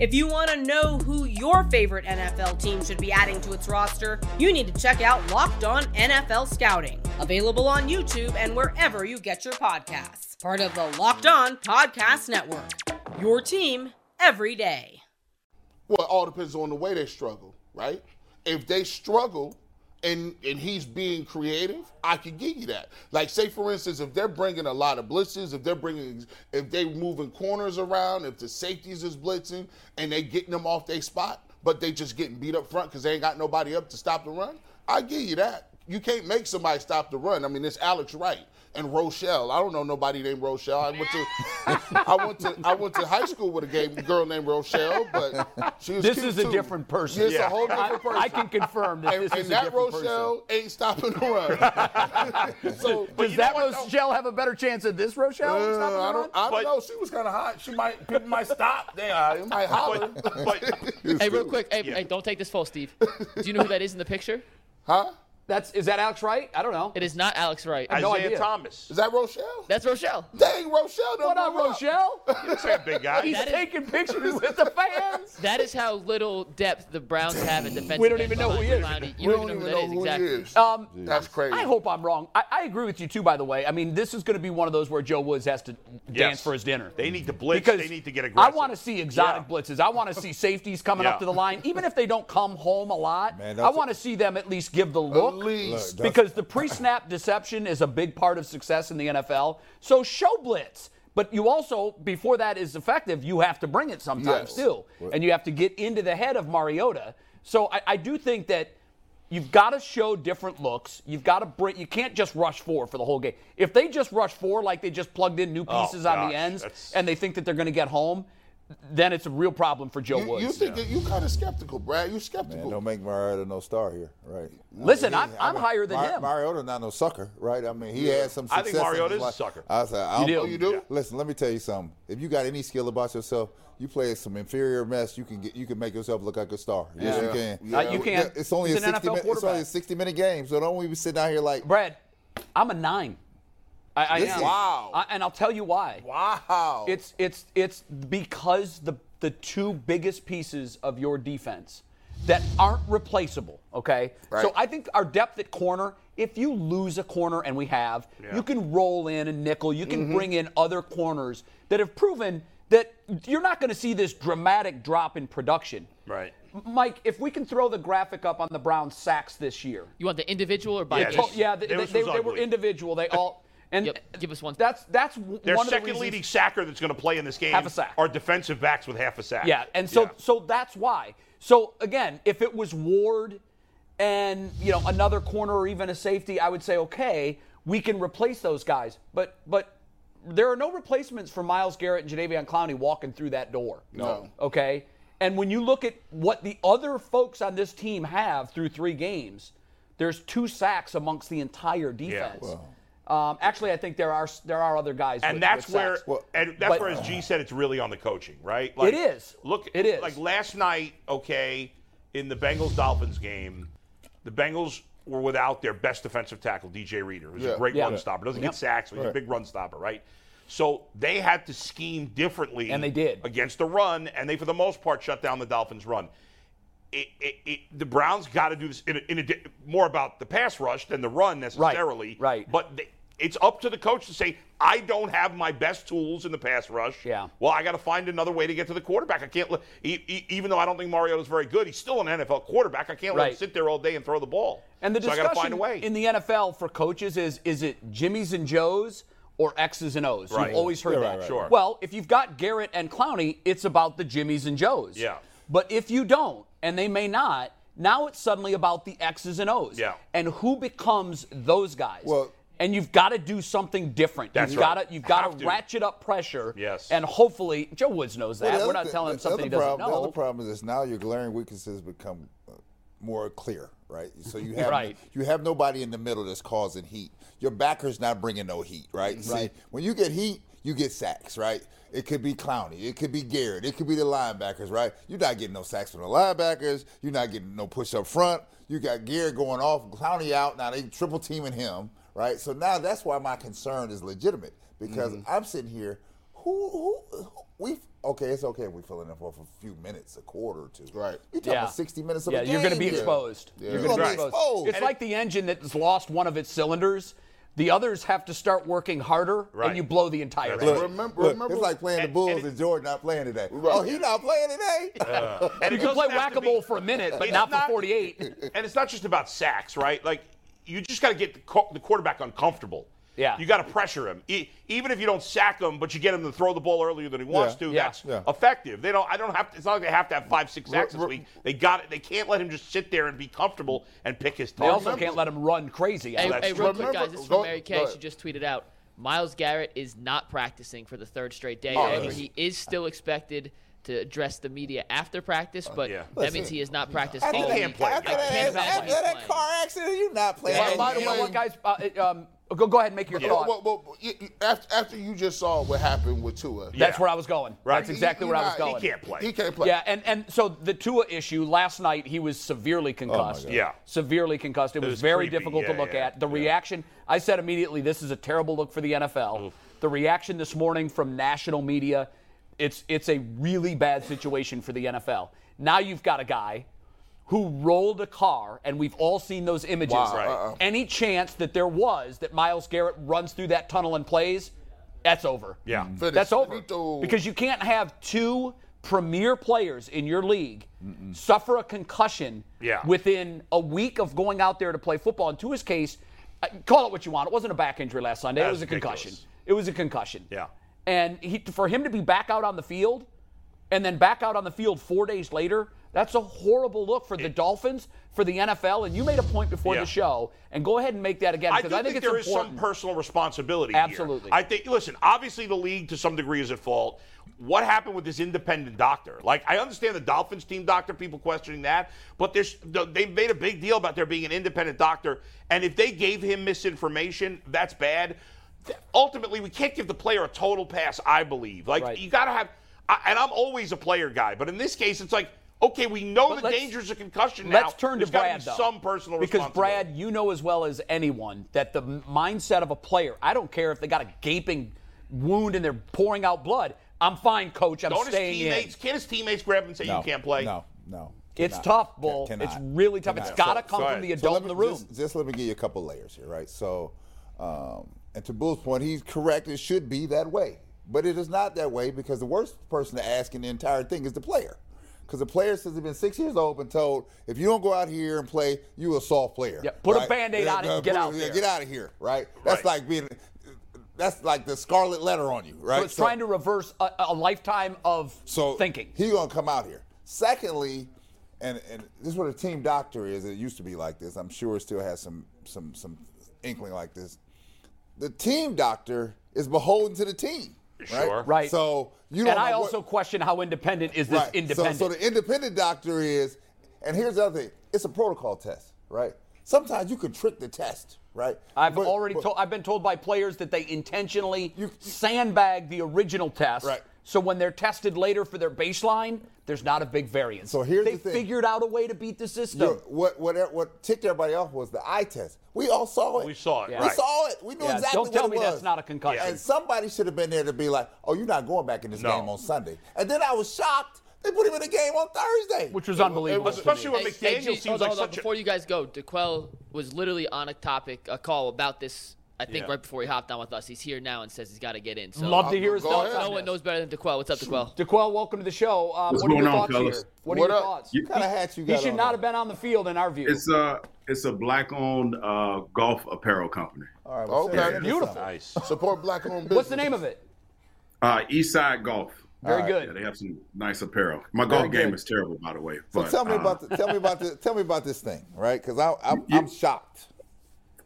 Speaker 6: If you want to know who your favorite NFL team should be adding to its roster, you need to check out Locked On NFL Scouting, available on YouTube and wherever you get your podcasts. Part of the Locked On Podcast Network. Your team every day.
Speaker 5: Well, it all depends on the way they struggle, right? If they struggle and and he's being creative, I can give you that. Like say for instance, if they're bringing a lot of blitzes, if they're bringing if they moving corners around, if the safeties is blitzing and they getting them off their spot, but they just getting beat up front because they ain't got nobody up to stop the run, I give you that. You can't make somebody stop the run. I mean, it's Alex Wright and Rochelle. I don't know nobody named Rochelle. I went to, I went to, I went to high school with a gay girl named Rochelle, but she was.
Speaker 1: This
Speaker 5: cute
Speaker 1: is a
Speaker 5: too.
Speaker 1: different person.
Speaker 5: It's
Speaker 2: Yeah.
Speaker 5: a whole
Speaker 1: I,
Speaker 5: different person.
Speaker 1: I can confirm that
Speaker 5: and
Speaker 1: this is
Speaker 5: and
Speaker 1: a
Speaker 5: that
Speaker 1: different
Speaker 5: Rochelle oh, ain't stopping the run. so
Speaker 1: person. Does
Speaker 2: you know
Speaker 1: that
Speaker 2: what, though?
Speaker 1: Rochelle have a better chance at this Rochelle?
Speaker 5: uh,
Speaker 1: stopping the
Speaker 5: I
Speaker 1: run?
Speaker 5: don't, I don't
Speaker 2: But-
Speaker 5: know. She was kind of hot. She might, people might stop. They, uh, they might holler.
Speaker 2: But, but
Speaker 3: Hey, real quick. Hey,
Speaker 2: Yeah.
Speaker 3: hey, don't take this full, Steve. Do you know who that is in the picture?
Speaker 5: huh?
Speaker 1: That's is that Alex Wright? I don't know.
Speaker 3: It is not Alex Wright.
Speaker 2: Isaiah
Speaker 1: no idea.
Speaker 2: Thomas.
Speaker 5: Is that Rochelle?
Speaker 3: That's Rochelle.
Speaker 5: Dang, Rochelle! Don't
Speaker 1: What up,
Speaker 5: grow up.
Speaker 1: Rochelle?
Speaker 2: That's a big guy.
Speaker 1: He's
Speaker 3: That is-
Speaker 1: taking pictures with the fans.
Speaker 3: That is how little depth the Browns have at defense.
Speaker 1: We don't even know who he is.
Speaker 3: You don't even know who that is. Exactly.
Speaker 1: Um,
Speaker 5: That's crazy.
Speaker 1: I hope I'm wrong. I, I agree with you too. By the way, I mean this is going to be one of those where Joe Woods has to dance
Speaker 2: Yes.
Speaker 1: for his dinner.
Speaker 2: They need to blitz.
Speaker 1: Because
Speaker 2: They need to get
Speaker 1: I want to
Speaker 2: aggressive.
Speaker 1: see exotic
Speaker 2: Yeah.
Speaker 1: blitzes. I want to see safeties coming
Speaker 2: Yeah.
Speaker 1: up to the line, even if they don't come home a lot.
Speaker 4: Man,
Speaker 1: I
Speaker 4: that's-
Speaker 1: want to see them at least give the look.
Speaker 5: least.
Speaker 4: Look, that's-
Speaker 1: because the pre-snap deception is a big part of success in the NFL. So show blitz. But you also, before that is effective, you have to bring it sometimes
Speaker 5: Yes.
Speaker 1: too. And you have to get into the head of Mariota. So I, I do think that you've got to show different looks. You've got to bring you can't just rush four for the whole game. If they just rush four like they just plugged in new
Speaker 2: Oh,
Speaker 1: pieces on
Speaker 2: gosh,
Speaker 1: the ends
Speaker 2: that's-
Speaker 1: and they think that they're gonna get home, then it's a real problem for Joe
Speaker 5: You,
Speaker 1: Woods.
Speaker 5: you think you kind of skeptical, Brad? You
Speaker 4: Man,
Speaker 5: skeptical?
Speaker 4: don't make Mariota no star here, right?
Speaker 1: Listen, I'm-
Speaker 4: he-
Speaker 1: I'm higher than him.
Speaker 4: Mariota not no sucker, right? I mean, he had some
Speaker 2: I
Speaker 4: success.
Speaker 2: think
Speaker 4: in his
Speaker 2: Mariota's a
Speaker 4: life.
Speaker 2: sucker.
Speaker 4: I said, I'll,
Speaker 1: do?
Speaker 5: Oh, you do?
Speaker 2: Yeah.
Speaker 4: Listen, let me tell you something. If you got any skill about yourself, you play some inferior mess, you can get, you can make yourself look like a star. Yes, you
Speaker 5: Yeah.
Speaker 4: can.
Speaker 5: Uh, you
Speaker 1: can't.
Speaker 4: It's only
Speaker 1: He's
Speaker 4: a
Speaker 1: an NFL
Speaker 4: 60 minute, It's only a
Speaker 1: quarterback.
Speaker 4: 60 minute game, so don't we be sitting out here like
Speaker 1: Brad, I'm a nine. I, I
Speaker 4: This
Speaker 1: am.
Speaker 4: is-
Speaker 5: Wow.
Speaker 1: I- and I'll tell you why.
Speaker 5: Wow.
Speaker 1: It's it's it's because the the two biggest pieces of your defense that aren't replaceable. Okay, so I think our depth at corner. If you lose a corner, and we have, you can roll in a nickel. You can bring in other corners that have proven that you're not going to see this dramatic drop in production.
Speaker 2: Right.
Speaker 1: Mike, if we can throw the graphic up on the Brown sacks this year,
Speaker 3: You want the individual or by
Speaker 2: Yeah,
Speaker 3: game?
Speaker 2: just-
Speaker 1: yeah, they,
Speaker 2: This
Speaker 1: they,
Speaker 2: was
Speaker 1: they, they were
Speaker 2: ugly.
Speaker 1: individual. They all and
Speaker 3: Yep, give us one.
Speaker 1: That's that's w-
Speaker 2: Their
Speaker 1: one of the
Speaker 2: second
Speaker 1: reasons-
Speaker 2: leading sacker that's going to play in this game
Speaker 1: Half a sack.
Speaker 2: are defensive backs with half a sack.
Speaker 1: Yeah, and so
Speaker 2: Yeah.
Speaker 1: so that's why. So again, if it was Ward and you know another corner or even a safety, I would say okay, we can replace those guys. But but there are no replacements for Miles Garrett and Jadavion Clowney walking through that door.
Speaker 5: No.
Speaker 1: Okay. And when you look at what the other folks on this team have through three games, there's two sacks amongst the entire defense. um, actually, I think there are there are other guys.
Speaker 2: and
Speaker 1: with-
Speaker 2: that's
Speaker 1: with
Speaker 2: where
Speaker 1: sacks.
Speaker 2: and that's
Speaker 1: but-
Speaker 2: where as G said it's really on the coaching, right? Like,
Speaker 1: is.
Speaker 2: Look
Speaker 1: It is.
Speaker 2: like last night, okay, in the Bengals Dolphins game, the Bengals were without their best defensive tackle, DJ Reader, who's
Speaker 5: Yeah.
Speaker 2: a great
Speaker 1: Yeah.
Speaker 2: run stopper. Doesn't get sacks, but he's a big run stopper, right? So they had to scheme differently
Speaker 1: And they did.
Speaker 2: against the run, and they for the most part shut down the Dolphins run. It, it, it, the Browns got to do this in a, in a di- more about the pass rush than the run necessarily.
Speaker 1: right.
Speaker 2: But but th- it's up to the coach to say, I don't have my best tools in the pass rush.
Speaker 1: Yeah.
Speaker 2: Well, I got to find another way to get to the quarterback. I can't let, e- e- even though I don't think Mariota's very good, he's still an NFL quarterback. I can't let him
Speaker 1: Right.
Speaker 2: sit there all day and throw the ball.
Speaker 1: And the
Speaker 2: so I
Speaker 1: discussion
Speaker 2: got to find a way.
Speaker 1: in the NFL for coaches is is it Jimmy's and Joe's or X's and O's?
Speaker 2: Right.
Speaker 1: You've always heard
Speaker 4: Yeah,
Speaker 1: that.
Speaker 4: right, right,
Speaker 2: Sure. right.
Speaker 1: Well, if you've got Garrett and Clowney, it's about the Jimmy's and Joe's.
Speaker 2: Yeah.
Speaker 1: But if you don't, and they may not, now it's suddenly about the X's and O's.
Speaker 2: Yeah.
Speaker 1: And who becomes those guys?
Speaker 4: Well-
Speaker 1: and you've got to do something different.
Speaker 2: That's
Speaker 1: you've
Speaker 2: right.
Speaker 1: got to you've got
Speaker 2: Have
Speaker 1: to
Speaker 2: to.
Speaker 1: ratchet up pressure.
Speaker 2: Yes.
Speaker 1: And hopefully Joe Woods knows that.
Speaker 4: Well, the
Speaker 1: We're
Speaker 4: other
Speaker 1: not
Speaker 4: thi-
Speaker 1: telling him
Speaker 4: the
Speaker 1: something he
Speaker 4: other
Speaker 1: doesn't
Speaker 4: problem,
Speaker 1: know.
Speaker 4: The other problem is this, now your glaring weaknesses become uh, more clear, right? So you have
Speaker 1: Right.
Speaker 4: you have nobody in the middle that's causing heat. Your backer's not bringing no heat, right? See, when you get heat, you get sacks, right? It could be Clowney, it could be Garrett, it could be the linebackers, right? You're not getting no sacks from the linebackers. You're not getting no push up front. You got Garrett going off, Clowney out. Now they triple teaming him, right? So now that's why my concern is legitimate because I'm sitting here who, who, who we okay, it's okay if we fill it in for for a few minutes, a quarter or two.
Speaker 5: Right.
Speaker 4: You're talking
Speaker 1: Yeah.
Speaker 4: about 60 minutes of
Speaker 1: yeah,
Speaker 4: a game.
Speaker 1: you're going to be
Speaker 4: here.
Speaker 1: exposed. You're going to
Speaker 4: You're
Speaker 1: be
Speaker 4: gonna be
Speaker 1: exposed.
Speaker 4: exposed.
Speaker 1: It's
Speaker 4: And
Speaker 1: like the engine that's lost one of its cylinders. The others have to start working harder,
Speaker 2: Right.
Speaker 1: and you blow the entire
Speaker 2: That's
Speaker 1: thing.
Speaker 2: right.
Speaker 5: Remember,
Speaker 4: Look,
Speaker 5: remember
Speaker 4: it's like playing
Speaker 2: and-
Speaker 4: the Bulls
Speaker 2: and Uh,
Speaker 4: and,
Speaker 2: it-
Speaker 4: Jordan not playing today. Oh, he not playing today?
Speaker 2: And
Speaker 1: You
Speaker 2: it
Speaker 1: can play
Speaker 2: doesn't have to
Speaker 1: whack-a-mole
Speaker 2: be-
Speaker 1: for a minute, but
Speaker 2: It's
Speaker 1: not for 48.
Speaker 2: And it's not just about sacks, right? Like you just got to get the, co- the quarterback uncomfortable.
Speaker 1: Yeah.
Speaker 2: You got to pressure him, E- even if you don't sack him, but you get him to throw the ball earlier than he wants
Speaker 4: Yeah.
Speaker 2: to.
Speaker 1: Yeah.
Speaker 2: That's
Speaker 4: Yeah.
Speaker 2: effective. They don't. I don't have. To, it's not like they have to have five, six sacks this
Speaker 5: re-
Speaker 2: week. They got it. They can't let him just sit there and be comfortable and pick his
Speaker 1: They
Speaker 2: target.
Speaker 1: also can't let them run crazy.
Speaker 3: Hey,
Speaker 2: that's
Speaker 3: hey, real quick,
Speaker 5: Remember-
Speaker 3: guys. This is
Speaker 5: go-
Speaker 3: from Mary
Speaker 5: go
Speaker 3: Kay.
Speaker 5: ahead.
Speaker 3: She just tweeted out Miles Garrett is not practicing for the third straight day. However, he is still expected to address the media after practice, but
Speaker 2: yeah.
Speaker 3: that means he has not practiced
Speaker 2: He
Speaker 3: all
Speaker 2: can't
Speaker 3: week.
Speaker 2: play.
Speaker 3: I
Speaker 4: After
Speaker 3: can't
Speaker 4: that,
Speaker 3: imagine
Speaker 4: after
Speaker 3: him
Speaker 4: that
Speaker 3: playing.
Speaker 4: car accident, you're not playing.
Speaker 1: By, by the
Speaker 4: You know
Speaker 1: way,
Speaker 4: what?
Speaker 1: what guys, uh, it, um, go, go ahead and make your
Speaker 5: Well,
Speaker 1: thought.
Speaker 5: well, well, you- you- after, after you just saw what happened with Tua,
Speaker 1: That's
Speaker 2: Yeah.
Speaker 1: where I was going.
Speaker 2: Right.
Speaker 1: That's exactly
Speaker 5: He-
Speaker 1: where I
Speaker 5: he
Speaker 1: was
Speaker 5: not- he
Speaker 1: going.
Speaker 2: He can't play.
Speaker 5: he can't play.
Speaker 1: Yeah, and, and so the Tua issue last night, he was severely concussed.
Speaker 4: God.
Speaker 2: Yeah.
Speaker 1: Severely concussed. It was,
Speaker 2: was
Speaker 1: very
Speaker 2: creepy.
Speaker 1: difficult
Speaker 2: Yeah,
Speaker 1: to look
Speaker 2: yeah,
Speaker 1: at. The
Speaker 2: yeah.
Speaker 1: reaction, I said immediately, this is a terrible look for the NFL. The reaction this morning from national media, it's it's a really bad situation for the NFL. Now you've got a guy who rolled a car, and we've all seen those images.
Speaker 2: Right. uh-uh.
Speaker 1: Any chance that there was that Miles Garrett runs through that tunnel and plays, that's over.
Speaker 2: Yeah.
Speaker 5: Finished.
Speaker 1: That's over.
Speaker 5: Finito.
Speaker 1: Because you can't have two premier players in your league suffer a concussion
Speaker 2: Yeah.
Speaker 1: within a week of going out there to play football. And to his case, uh, call it what you want. It wasn't a back injury last Sunday. it
Speaker 2: That's
Speaker 1: was a
Speaker 2: ridiculous.
Speaker 1: concussion. It was a concussion.
Speaker 2: Yeah.
Speaker 1: And he, for him to be back out on the field and then back out on the field four days later, that's a horrible look for the Dolphins, for the NFL. And you made a point before
Speaker 2: Yeah.
Speaker 1: the show, and go ahead and make that again
Speaker 2: I
Speaker 1: because
Speaker 2: do
Speaker 1: I
Speaker 2: think,
Speaker 1: think,
Speaker 2: there
Speaker 1: it's
Speaker 2: is
Speaker 1: important.
Speaker 2: some personal responsibility. here.
Speaker 1: Absolutely.
Speaker 2: I think. Listen, obviously the league to some degree is at fault. What happened with this independent doctor? Like, I understand the Dolphins team doctor, people questioning that, but there's they made a big deal about there being an independent doctor, and if they gave him misinformation, that's bad. Th- Ultimately, we can't give the player a total pass. I believe. Like,
Speaker 1: Right.
Speaker 2: you got to have. I, and I'm always a player guy, but in this case, it's like. Okay, we know
Speaker 1: But
Speaker 2: the
Speaker 1: let's-
Speaker 2: dangers of concussion now.
Speaker 1: Let's turn
Speaker 2: There's
Speaker 1: to
Speaker 2: gotta
Speaker 1: Brad
Speaker 2: be
Speaker 1: though,
Speaker 2: some personal
Speaker 1: because
Speaker 2: responsibility.
Speaker 1: Brad, you know as well as anyone that the m- mindset of a player. I don't care if they got a gaping wound and they're pouring out blood. I'm fine, coach. I'm
Speaker 2: Don't his
Speaker 1: staying in.
Speaker 2: teammates, can his teammates grab him and say
Speaker 4: No,
Speaker 2: you can't play?
Speaker 4: No, no.
Speaker 1: It's
Speaker 4: Cannot.
Speaker 1: tough, Bull.
Speaker 4: Cannot.
Speaker 1: It's really tough. It's
Speaker 4: Cannot.
Speaker 1: got to
Speaker 4: So-
Speaker 1: come
Speaker 2: so-
Speaker 1: from the
Speaker 2: so
Speaker 1: adult
Speaker 4: let
Speaker 1: in the
Speaker 4: me-
Speaker 1: room.
Speaker 4: Just, just let me give you a couple layers here, right? So, um, and to Bull's point, he's correct. It should be that way, but it is not that way because the worst person to ask in the entire thing is the player, because the player since he's been six years old been told if you don't go out here and play, you a soft player.
Speaker 1: Yeah, put a Band-Aid on it and get
Speaker 4: put-
Speaker 1: out
Speaker 4: yeah,
Speaker 1: there.
Speaker 4: Get out of here, right?
Speaker 2: Right.
Speaker 4: That's like being. That's like the scarlet letter on you, right?
Speaker 1: So it's trying to reverse a, a lifetime of
Speaker 4: so
Speaker 1: thinking.
Speaker 4: He gonna come out here. Secondly, and and this is what a team doctor is. It used to be like this. I'm sure it still has some some some inkling like this. The team doctor is beholden to the team. Right?
Speaker 7: Sure.
Speaker 1: Right.
Speaker 4: So you don't.
Speaker 1: And I
Speaker 4: know what-
Speaker 1: also question how independent is this
Speaker 4: Right. So-
Speaker 1: independent?
Speaker 4: So, the independent doctor is, and here's the other thing: it's a protocol test, right? Sometimes you can trick the test, right?
Speaker 1: I've
Speaker 4: But-
Speaker 1: already
Speaker 4: but-
Speaker 1: told. I've been told by players that they intentionally
Speaker 4: You-
Speaker 1: sandbag the original test.
Speaker 4: Right.
Speaker 1: So when they're tested later for their baseline, there's not a big variance.
Speaker 4: So here's
Speaker 1: they
Speaker 4: the thing.
Speaker 1: figured out a way to beat the
Speaker 4: you
Speaker 1: system.
Speaker 4: what what what ticked everybody off was the eye test. We all saw it.
Speaker 7: We saw it,
Speaker 4: We
Speaker 7: right.
Speaker 4: saw it. We knew
Speaker 1: Yeah,
Speaker 4: exactly
Speaker 1: don't
Speaker 4: what
Speaker 1: tell
Speaker 4: it
Speaker 1: me
Speaker 4: was.
Speaker 1: that's not a concussion.
Speaker 4: And somebody should have been there to be like, "Oh, you're not going back in this
Speaker 7: No.
Speaker 4: game on Sunday." And then I was shocked. They put him in the game on Thursday.
Speaker 1: which was unbelievable. to me.
Speaker 7: Especially when
Speaker 3: Hey, hey,
Speaker 7: McDaniel
Speaker 3: G,
Speaker 7: seems
Speaker 3: hold
Speaker 7: like
Speaker 3: on, hold on.
Speaker 7: such
Speaker 3: Before
Speaker 7: a.
Speaker 3: you guys go, DeQuell was literally on a topic, a call about this. I think
Speaker 7: Yeah.
Speaker 3: right before he hopped on with us, he's here now and says he's got to get in. So
Speaker 1: Love to hear his
Speaker 5: Go
Speaker 1: thoughts.
Speaker 5: ahead.
Speaker 1: on
Speaker 3: no one
Speaker 1: this.
Speaker 3: knows better than DeQuell. What's up, DeQuell?
Speaker 1: DeQuell, welcome to the show.
Speaker 3: uh,
Speaker 1: Um,
Speaker 2: What's
Speaker 1: what are
Speaker 2: going
Speaker 1: your
Speaker 2: on,
Speaker 1: thoughts
Speaker 2: fellas?
Speaker 1: here? What,
Speaker 5: What
Speaker 1: are your
Speaker 5: up?
Speaker 1: thoughts?
Speaker 2: You-
Speaker 4: kind of hat you
Speaker 1: He
Speaker 4: got
Speaker 1: should
Speaker 4: on
Speaker 1: not
Speaker 4: there?
Speaker 1: have been on the field in our view.
Speaker 2: It's a it's a black-owned uh, golf apparel company.
Speaker 4: All right, well,
Speaker 5: Okay.
Speaker 4: send us
Speaker 1: Beautiful.
Speaker 4: something.
Speaker 7: Nice.
Speaker 5: Support black owned business.
Speaker 1: What's the name of it?
Speaker 2: Uh, Eastside Golf.
Speaker 1: Very
Speaker 2: Yeah,
Speaker 1: good.
Speaker 2: they have some nice apparel. My golf
Speaker 1: good.
Speaker 2: game is terrible, by the way.
Speaker 4: So
Speaker 2: but,
Speaker 4: tell me
Speaker 2: uh,
Speaker 4: about the, tell me about the, tell me about this thing, right? Because I I'm,
Speaker 2: You-
Speaker 4: I'm shocked.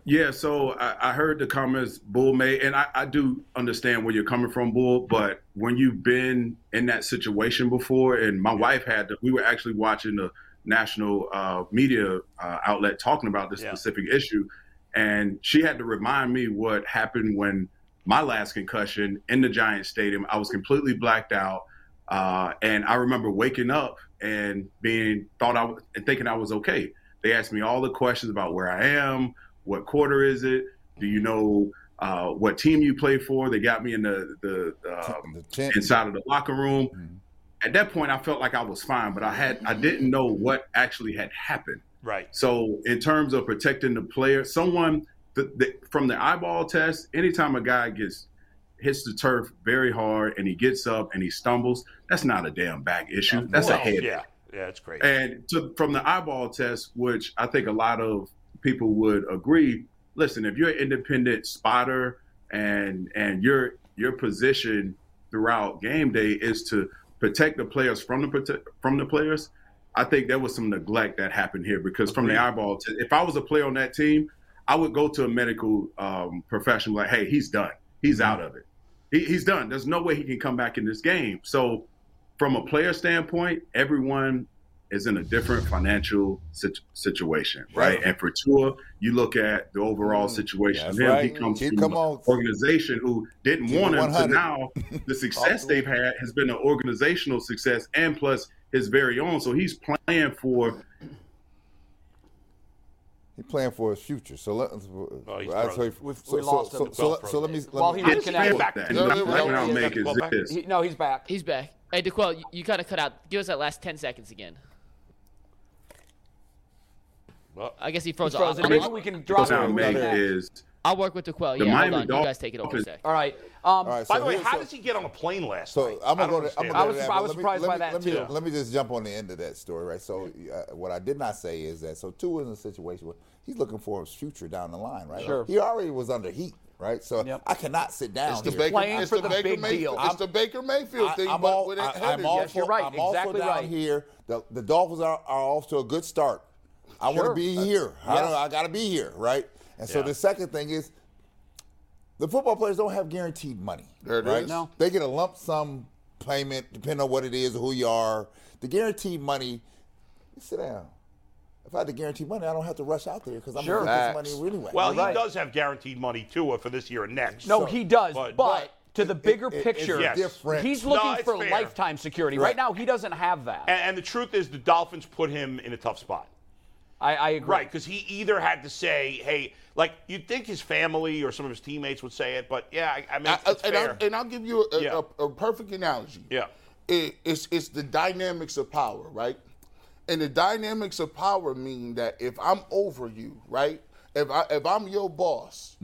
Speaker 2: Yeah, so I, I heard the comments Bull made, and I, I do understand where you're coming from, Bull. But when you've been in that situation before, and my wife had, to, we were actually watching the national uh, media uh, outlet talking about this
Speaker 7: Yeah.
Speaker 2: specific issue, and she had to remind me what happened when my last concussion in the Giant Stadium. I was completely blacked out, uh, and I remember waking up and being thought I was and thinking I was okay. They asked me all the questions about where I am what quarter is it? Do you know uh, what team you play for? They got me in the the um,
Speaker 4: the chin.
Speaker 2: inside of the locker room.
Speaker 7: Mm-hmm.
Speaker 4: Mhm.
Speaker 2: At that point, I felt like I was fine, but I had I didn't know what actually had happened.
Speaker 7: Right.
Speaker 2: So in terms of protecting the player, someone the, the, from the eyeball test, anytime a guy gets hits the turf very hard and he gets up and he stumbles, that's not a damn back issue. That's a
Speaker 7: Well,
Speaker 2: head
Speaker 7: Yeah. Yeah, it's great.
Speaker 2: and to, from the eyeball test, which I think a lot of people would agree, listen, if you're an independent spotter and and your your position throughout game day is to protect the players from the prote- from the players, I think there was some neglect that happened here because from the eyeball test, if I was a player on that team, I would go to a medical um, professional like, hey, he's done, he's out of it, he, he's done. There's no way he can come back in this game. So. From a player standpoint, everyone is in a different financial sit- situation, right? And for Tua, you look at the overall situation.
Speaker 4: Mm. That's
Speaker 2: of him, He
Speaker 4: right.
Speaker 2: comes
Speaker 4: Keep-
Speaker 2: from
Speaker 4: come
Speaker 2: an
Speaker 4: on.
Speaker 2: organization who didn't
Speaker 4: Keep
Speaker 2: want
Speaker 4: it
Speaker 2: him to
Speaker 4: 100.
Speaker 2: now. The success they've had has been an organizational success, and plus his very own. So he's playing for
Speaker 4: He's playing for his future. So let us
Speaker 7: Oh, he's
Speaker 4: I- so,
Speaker 7: frozen.
Speaker 4: so,
Speaker 1: we lost him.
Speaker 4: so, so, let- so let me.
Speaker 1: While
Speaker 4: Let me
Speaker 1: he-
Speaker 2: his
Speaker 1: connect.
Speaker 2: back. And
Speaker 5: Yeah,
Speaker 2: the
Speaker 5: yeah,
Speaker 2: point
Speaker 5: yeah.
Speaker 2: I'll make is
Speaker 7: Well, back.
Speaker 2: this:
Speaker 1: He- no, he's back.
Speaker 3: He's back. Hey, DeQuell, you, you kind of cut out. Give us that last 10 seconds again.
Speaker 7: Well,
Speaker 3: I guess he froze,
Speaker 1: He froze
Speaker 3: off.
Speaker 1: it.
Speaker 3: I'll,
Speaker 1: Maybe we can
Speaker 2: What
Speaker 1: drop
Speaker 2: I'll
Speaker 1: him
Speaker 2: make
Speaker 1: back.
Speaker 2: is
Speaker 3: I'll work with DeQuell.
Speaker 2: The
Speaker 3: Yeah,
Speaker 2: Miami
Speaker 3: hold on. You
Speaker 2: Dolphins-
Speaker 3: guys take it over a sec.
Speaker 1: All right. Um,
Speaker 4: All right, so
Speaker 7: By the way,
Speaker 4: here's-
Speaker 7: how
Speaker 4: so-
Speaker 7: does he get on a plane last
Speaker 4: So
Speaker 7: night?
Speaker 4: I'm gonna
Speaker 7: I don't
Speaker 4: go to. I'm
Speaker 7: understand
Speaker 4: gonna go
Speaker 1: I was
Speaker 4: to that,
Speaker 1: surprised- I
Speaker 4: but
Speaker 1: was
Speaker 4: let me-
Speaker 1: surprised
Speaker 4: let
Speaker 1: by
Speaker 4: me-
Speaker 1: that,
Speaker 4: let me-
Speaker 1: too.
Speaker 4: Let me just jump on the end of that story, right? So uh, what I did not say is that so two is in a situation where he's looking for his future down the line, right?
Speaker 1: Sure.
Speaker 4: He already was under heat, right? So
Speaker 1: Yep.
Speaker 4: I cannot sit down.
Speaker 5: It's the
Speaker 4: here.
Speaker 5: Baker,
Speaker 1: playing
Speaker 5: it's
Speaker 1: for
Speaker 5: the
Speaker 1: the
Speaker 5: Baker
Speaker 1: big
Speaker 5: Mayfield.
Speaker 1: deal.
Speaker 5: It's the Baker Mayfield thing,
Speaker 4: I'm
Speaker 5: but
Speaker 4: all-
Speaker 5: with
Speaker 4: I-
Speaker 5: a
Speaker 4: I'm
Speaker 5: header.
Speaker 4: also,
Speaker 1: Yes, you're right.
Speaker 4: I'm also
Speaker 1: Exactly
Speaker 4: down
Speaker 1: right.
Speaker 4: here. The, the Dolphins are, are off to a good start. I want
Speaker 1: Sure. Uh,
Speaker 4: to be here. I,
Speaker 1: Yes.
Speaker 4: don't- I got to be here, right? And so
Speaker 7: Yeah.
Speaker 4: the second thing is the football players don't have guaranteed money.
Speaker 5: There it
Speaker 4: right?
Speaker 5: is. No.
Speaker 4: They get a lump sum payment, depending on what it is, who you are. The guaranteed money, sit down. If I had the guaranteed money, I don't have to rush out there because I'm
Speaker 1: Sure.
Speaker 4: going to get
Speaker 5: Facts.
Speaker 4: this money anyway.
Speaker 7: Well,
Speaker 1: Right.
Speaker 7: he does have guaranteed money too uh, for this year and next.
Speaker 1: No,
Speaker 4: So-
Speaker 1: he does. But,
Speaker 7: but-
Speaker 1: to the bigger
Speaker 4: it- it- it's
Speaker 1: picture,
Speaker 7: Yes.
Speaker 4: different.
Speaker 1: he's
Speaker 7: No,
Speaker 1: looking
Speaker 7: it's
Speaker 1: for
Speaker 7: fair.
Speaker 1: lifetime security. Right.
Speaker 4: Right.
Speaker 1: now, he doesn't have that.
Speaker 7: And, and the truth is, the Dolphins put him in a tough spot.
Speaker 1: I, I agree.
Speaker 7: Right, because he either had to say, "Hey," like you'd think his family or some of his teammates would say it, but yeah, I, I mean,
Speaker 5: I- I-
Speaker 7: it's
Speaker 5: Uh, and,
Speaker 7: fair.
Speaker 5: I'll, and I'll give you a,
Speaker 7: Yeah.
Speaker 5: a, a perfect analogy.
Speaker 7: Yeah.
Speaker 5: It- it's, it's the dynamics of power, right? And the dynamics of power mean that if I'm over you, right? If, I, if I'm your boss,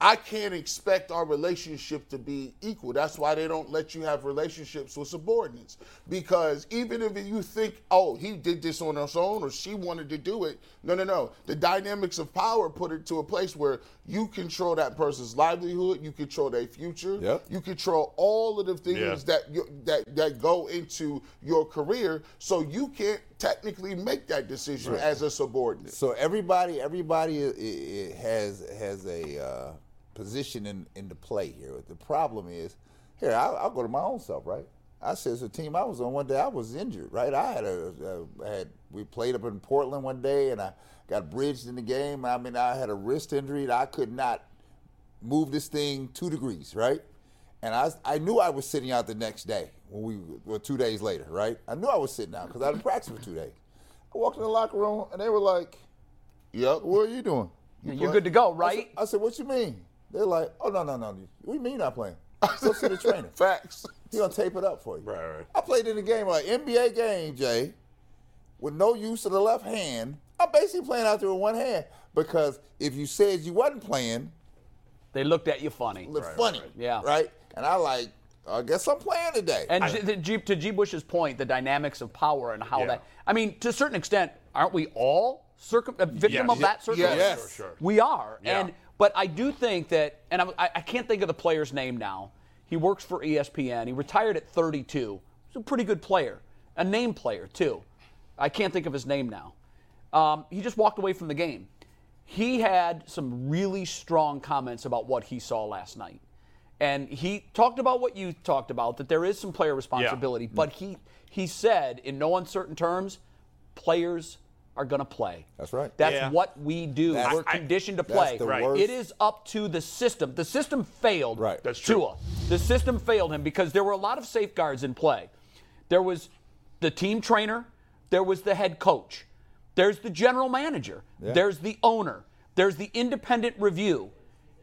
Speaker 5: I can't expect our relationship to be equal. That's why they don't let you have relationships with subordinates. Because even if you think, oh, he did this on his own or she wanted to do it, no, no, no. The dynamics of power put it to a place where you control that person's livelihood, you control their future,
Speaker 4: Yep.
Speaker 5: you control all of the things
Speaker 7: Yeah.
Speaker 5: that you, that that go into your career. So you can't technically make that decision as a subordinate.
Speaker 4: So everybody, everybody i- i- has has a uh, position in in the play here. The problem is, here I'll, I'll go to my own self, right? I said, the team I was on one day, I was injured, right? I had a, a I had we played up in Portland one day, and I got bridged in the game. I mean, I had a wrist injury, and I could not move this thing two degrees, right? And I, I knew I was sitting out the next day when we well two days later, right? I knew I was sitting out because I had practiced for two days. I walked in the locker room and they were like,
Speaker 5: Yep.
Speaker 4: "What are you doing?"
Speaker 1: You're good to go, right?
Speaker 4: I said, "What you mean?" They're like, "Oh no no no, what do you mean you're not playing? Go see the trainer.
Speaker 5: Facts.
Speaker 4: He gonna tape it up for you."
Speaker 2: Right, right.
Speaker 4: I played in a game like NBA game, Jay, with no use of the left hand. I'm basically playing out there with one hand because if you said you wasn't playing,
Speaker 1: They looked at you funny.
Speaker 4: look funny.
Speaker 1: Yeah.
Speaker 4: Right? And I like, I guess I'm playing today.
Speaker 1: And G- the G, to G. Bush's point, the dynamics of power and how
Speaker 2: Yeah.
Speaker 1: that. I mean, to a certain extent, aren't we all circum, a victim
Speaker 2: Yes.
Speaker 1: of that circumstance?
Speaker 4: Yes. Sure,
Speaker 2: sure.
Speaker 1: We are.
Speaker 2: Yeah.
Speaker 1: And but I do think that, and I'm, I, I can't think of the player's name now. He works for E ESPN. He retired at 32. He's a pretty good player, a name player too. I can't think of his name now. Um, he just walked away from the game. He had some really strong comments about what he saw last night. And he talked about what you talked about, that there is some player responsibility, but he he said in no uncertain terms, players are gonna play.
Speaker 4: That's right.
Speaker 1: That's
Speaker 2: Yeah.
Speaker 1: what we do.
Speaker 4: That's-
Speaker 1: We're
Speaker 4: I-
Speaker 1: conditioned to
Speaker 4: that's
Speaker 1: play.
Speaker 4: the Right. worst.
Speaker 1: It is up to the system. The system failed
Speaker 4: Right. That's
Speaker 2: true.
Speaker 1: Tua. The system failed him because there were a lot of safeguards in play. There was the team trainer, there was the head coach, there's the general manager, there's the owner, there's the independent review.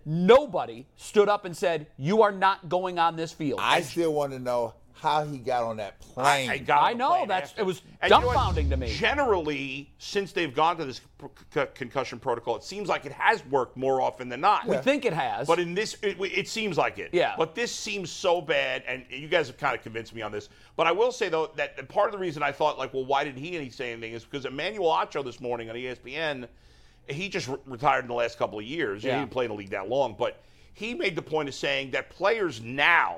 Speaker 1: Nobody stood up and said, You are not going on this field.
Speaker 4: I still want to know how he got on that plane.
Speaker 2: I got on
Speaker 1: I
Speaker 2: the
Speaker 1: know,
Speaker 2: plane
Speaker 1: that's-
Speaker 2: after.
Speaker 1: it was
Speaker 2: And you know what?
Speaker 1: dumbfounding to me.
Speaker 2: Generally, since they've gone to this c- c- concussion protocol, it seems like it has worked more often than not.
Speaker 1: we think it has.
Speaker 2: But in this, it, it seems like it.
Speaker 1: Yeah.
Speaker 2: But this seems so bad, and you guys have kind of convinced me on this. But I will say though that that part of the reason I thought like, well, why didn't he any say anything is because Emmanuel Acho this morning on E ESPN, he just re- retired in the last couple of years. He
Speaker 1: Yeah.
Speaker 2: didn't play in the league that long, but he made the point of saying that players now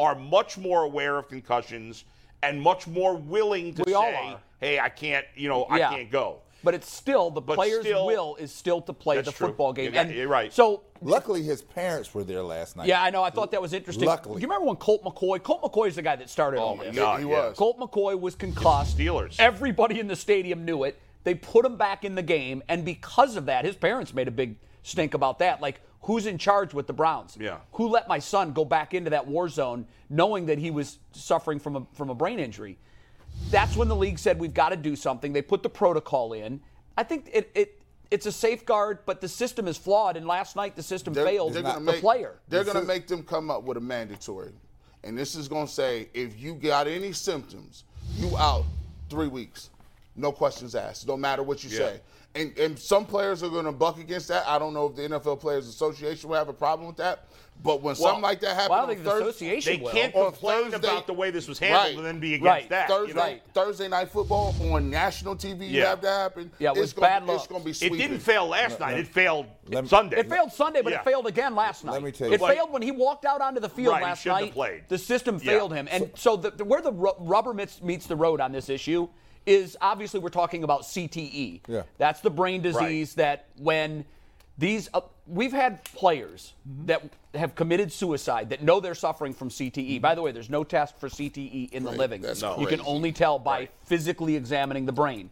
Speaker 2: are much more aware of concussions and much more willing to
Speaker 1: We all
Speaker 2: say,
Speaker 1: are.
Speaker 2: hey, I can't, you know,
Speaker 1: Yeah.
Speaker 2: I can't go.
Speaker 1: But it's still the
Speaker 2: But
Speaker 1: player's
Speaker 2: still-
Speaker 1: will is still to play
Speaker 2: That's
Speaker 1: the
Speaker 2: true.
Speaker 1: football game.
Speaker 2: You got- you're right.
Speaker 1: So
Speaker 4: Luckily, his parents were there last night.
Speaker 1: yeah, I know. I thought that was interesting.
Speaker 4: Luckily.
Speaker 1: you remember when Colt McCoy? Colt McCoy is the guy that started all
Speaker 2: Oh, my
Speaker 1: this.
Speaker 2: God,
Speaker 5: he
Speaker 2: Uh, yeah.
Speaker 5: was.
Speaker 1: Colt McCoy was concussed.
Speaker 2: Steelers.
Speaker 1: Everybody in the stadium knew it. They put him back in the game, and because of that, his parents made a big stink about that. Like, who's in charge with the Browns?
Speaker 2: Yeah.
Speaker 1: Who let my son go back into that war zone, knowing that he was suffering from a from a brain injury? That's when the league said we've got to do something. They put the protocol in. I think it it it's a safeguard, but the system is flawed. And last night the system failed
Speaker 4: they're
Speaker 1: the
Speaker 4: gonna
Speaker 5: make,
Speaker 1: player.
Speaker 5: They're going to
Speaker 4: is-
Speaker 5: make them come up with a mandatory. And this is going to say if you got any symptoms, you out three weeks. No questions asked, no matter what you say. And, and some players are going to buck against that. I don't know if the NFL Players Association will have a problem with that. But when something like that happens,
Speaker 1: Well, I don't think the
Speaker 5: Thursday,
Speaker 1: association
Speaker 2: They
Speaker 1: will.
Speaker 2: can't
Speaker 5: On
Speaker 2: complain
Speaker 5: Thursday-
Speaker 2: about the way this was handled
Speaker 5: Right.
Speaker 2: and then be against
Speaker 1: Right.
Speaker 2: that. you
Speaker 5: Thursday,
Speaker 2: know?
Speaker 5: Thursday night football on national TV, you
Speaker 2: Yeah.
Speaker 5: have to happen.
Speaker 1: Yeah, it was
Speaker 5: it's gonna-
Speaker 1: bad luck.
Speaker 5: It's going to be
Speaker 2: It
Speaker 5: sweeping.
Speaker 2: didn't fail last night. It failed
Speaker 4: Lem-
Speaker 2: Sunday.
Speaker 1: It failed Sunday, but
Speaker 2: Yeah.
Speaker 1: it failed again last night.
Speaker 4: Let me tell you-
Speaker 1: it
Speaker 2: Like-
Speaker 1: failed when he walked out onto the field
Speaker 2: Right, he
Speaker 1: last
Speaker 2: shouldn't
Speaker 1: night.
Speaker 2: have played.
Speaker 1: The system
Speaker 2: Yeah.
Speaker 1: failed him, and so, the, the- where the ru- rubber meets, meets the road on this issue is obviously we're talking about CTE.
Speaker 4: Yeah.
Speaker 1: that's the brain disease that when these uh, we've had players
Speaker 2: Mm-hmm.
Speaker 1: that have committed suicide that know they're suffering from
Speaker 2: Mm-hmm.
Speaker 1: CTE. By the way, there's no test for CTE in the living.
Speaker 5: that's
Speaker 1: you can
Speaker 5: crazy.
Speaker 1: only tell by physically examining the brain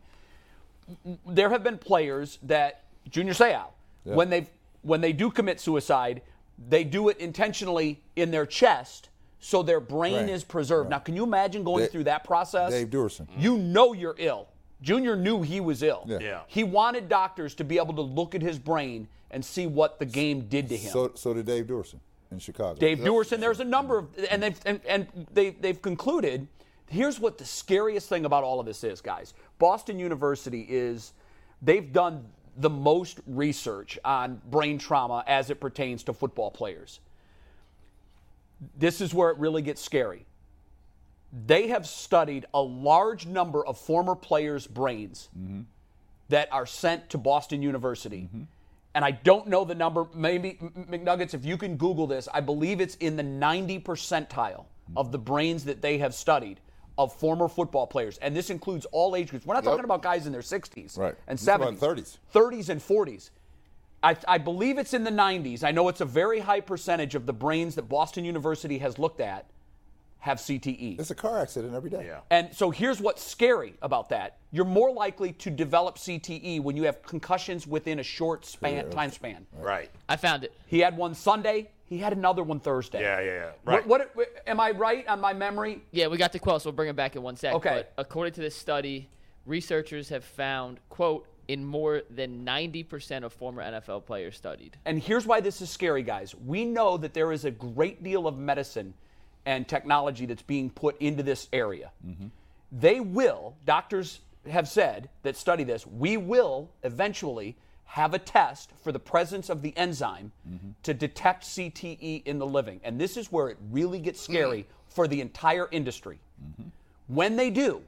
Speaker 1: there have been players that Junior Seau, when they when they do commit suicide, they do it intentionally in their chest, so their brain
Speaker 4: Right.
Speaker 1: is preserved. Now, can you imagine going
Speaker 4: Dave-
Speaker 1: through that process?
Speaker 4: Dave Duerson.
Speaker 1: You know you're ill. Junior knew he was ill.
Speaker 2: Yeah.
Speaker 1: He wanted doctors to be able to look at his brain and see what the game did to him.
Speaker 4: So, so did Dave Durson in Chicago.
Speaker 1: Dave Dewerson, there's a number of, and they've and, and they they've concluded. Here's what the scariest thing about all of this is, guys. Boston University is they've done the most research on brain trauma as it pertains to football players. This is where it really gets scary. They have studied a large number of former players' brains
Speaker 8: Mm-hmm.
Speaker 1: that are sent to Boston University and I don't know the number. Maybe M- McNuggets, if you
Speaker 8: Mm-hmm.
Speaker 1: can Google this, I believe it's in the 90 percentile of the brains that they have studied of former football players, and this includes all age groups. We're not
Speaker 8: Yep.
Speaker 1: talking about guys in their 60s
Speaker 8: Right.
Speaker 1: and
Speaker 8: We're talking
Speaker 1: 70s,
Speaker 8: about 30s.
Speaker 1: 30s and 40s. I, I believe it's in the 90s. I know it's a very high percentage of the brains that Boston University has looked at have E. CTE.
Speaker 8: It's a car accident every day. Yeah.
Speaker 1: And so here's what's scary about that. You're more likely to develop CTE when you have concussions within a short span time span.
Speaker 2: Right.
Speaker 3: I found it.
Speaker 1: He had one Sunday, he had another one Thursday.
Speaker 2: Yeah, yeah, yeah. Right.
Speaker 1: What- What, am I right on my memory?
Speaker 3: Yeah, we got the quote, so we'll bring it back in one sec.
Speaker 1: Okay.
Speaker 3: But according to this study, researchers have found, quote, in more than 90% of former NFL players studied.
Speaker 1: And here's why this is scary, guys. We know that there is a great deal of medicine and technology that's being put into this area. They will, doctors have said that study this, we will eventually have a test for the presence of the enzyme to detect CTE in the living. And this is where it really gets scary for the entire industry. When they do,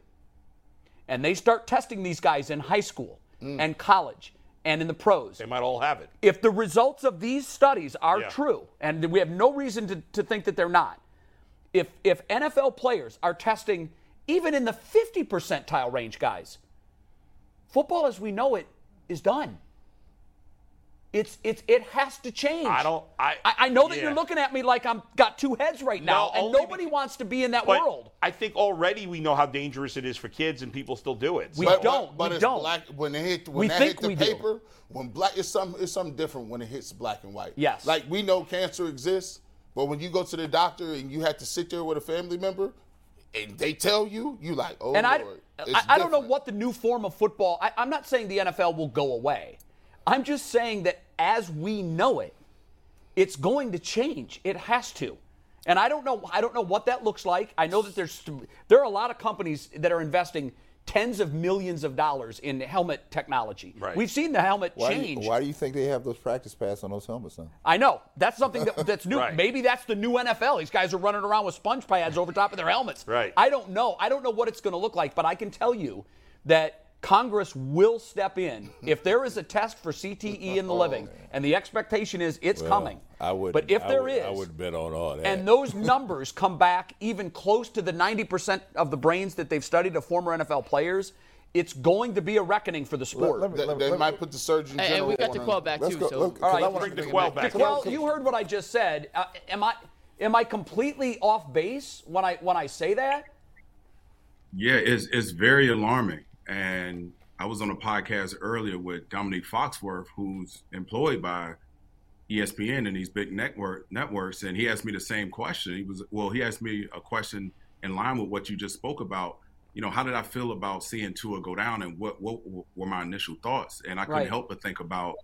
Speaker 1: and they start testing these guys in high school and college and in the pros
Speaker 2: They might all have it.
Speaker 1: if the results of these studies are
Speaker 2: Yeah.
Speaker 1: true, and we have no reason to, to think that they're not, if if NFL players are testing even in the 50 percentile range, guys, football as we know it is done. It's it's it has to change.
Speaker 2: I don't. I.
Speaker 1: I, I know that
Speaker 2: yeah.
Speaker 1: you're looking at me like I'm got two heads right now, and
Speaker 2: only
Speaker 1: nobody
Speaker 2: be-
Speaker 1: wants to be in that
Speaker 2: But
Speaker 1: world.
Speaker 2: I think already we know how dangerous it is for kids, and people still do it.
Speaker 1: We
Speaker 2: So-
Speaker 1: don't.
Speaker 5: But
Speaker 1: we
Speaker 5: it's
Speaker 1: don't.
Speaker 5: black when it hit when
Speaker 1: We
Speaker 5: that
Speaker 1: think
Speaker 5: hit the
Speaker 1: we do.
Speaker 5: paper. When black it's something it's something different when it hits black and white.
Speaker 1: Yes.
Speaker 5: Like we know cancer exists, but when you go to the doctor and you have to sit there with a family member, and they tell you, you like, oh
Speaker 1: and I,
Speaker 5: Lord, it's
Speaker 1: I, I don't know
Speaker 5: different.
Speaker 1: what the new form of football. I, I'm not saying the NFL will go away. I'm just saying that as we know it, it's going to change. It has to. And I don't know. I don't know what that looks like. I know that there's there are a lot of companies that are investing tens of millions of dollars in helmet technology.
Speaker 2: Right.
Speaker 1: We've seen the helmet
Speaker 8: Why do, you,
Speaker 1: change.
Speaker 8: why do you think they have those practice pads on those helmets now?
Speaker 1: I know that's something that, that's new.
Speaker 2: Right.
Speaker 1: Maybe that's the new NFL. These guys are running around with sponge pads over top of their helmets.
Speaker 2: Right.
Speaker 1: I don't know. I don't know what it's going to look like, but I can tell you that Congress will step in if there is a test for CTE in the living, and the expectation is it's coming.
Speaker 9: Oh, I would.
Speaker 1: But if
Speaker 9: I
Speaker 1: there
Speaker 9: would-
Speaker 1: is,
Speaker 9: I would bet on all that.
Speaker 1: and those numbers come back even close to the 90% of the brains that they've studied of former NFL players, it's going to be a reckoning for the sport.
Speaker 8: Let me-
Speaker 5: They,
Speaker 8: let me-
Speaker 5: they
Speaker 8: let me-
Speaker 5: might put the surgeon
Speaker 3: And, and
Speaker 5: general.
Speaker 3: we got
Speaker 5: on
Speaker 3: the
Speaker 5: it.
Speaker 3: quote back,
Speaker 8: Let's
Speaker 3: too.
Speaker 8: go.
Speaker 3: so
Speaker 8: look, 'cause
Speaker 1: All right,
Speaker 8: I wanna
Speaker 1: bring
Speaker 2: the
Speaker 8: it
Speaker 2: quell
Speaker 8: back.
Speaker 2: back.
Speaker 1: well, you heard what I just said. Uh, am I am I completely off base when I when I say that?
Speaker 4: Yeah, it's it's very alarming. And I was on a podcast earlier with Dominique Foxworth, who's employed by E ESPN and these big network networks, and he asked me the same question. He was well, he asked me a question in line with what you just spoke about. You know, how did I feel about seeing Tua go down, and what what were my initial thoughts? And I couldn't
Speaker 1: Right.
Speaker 4: help but think about,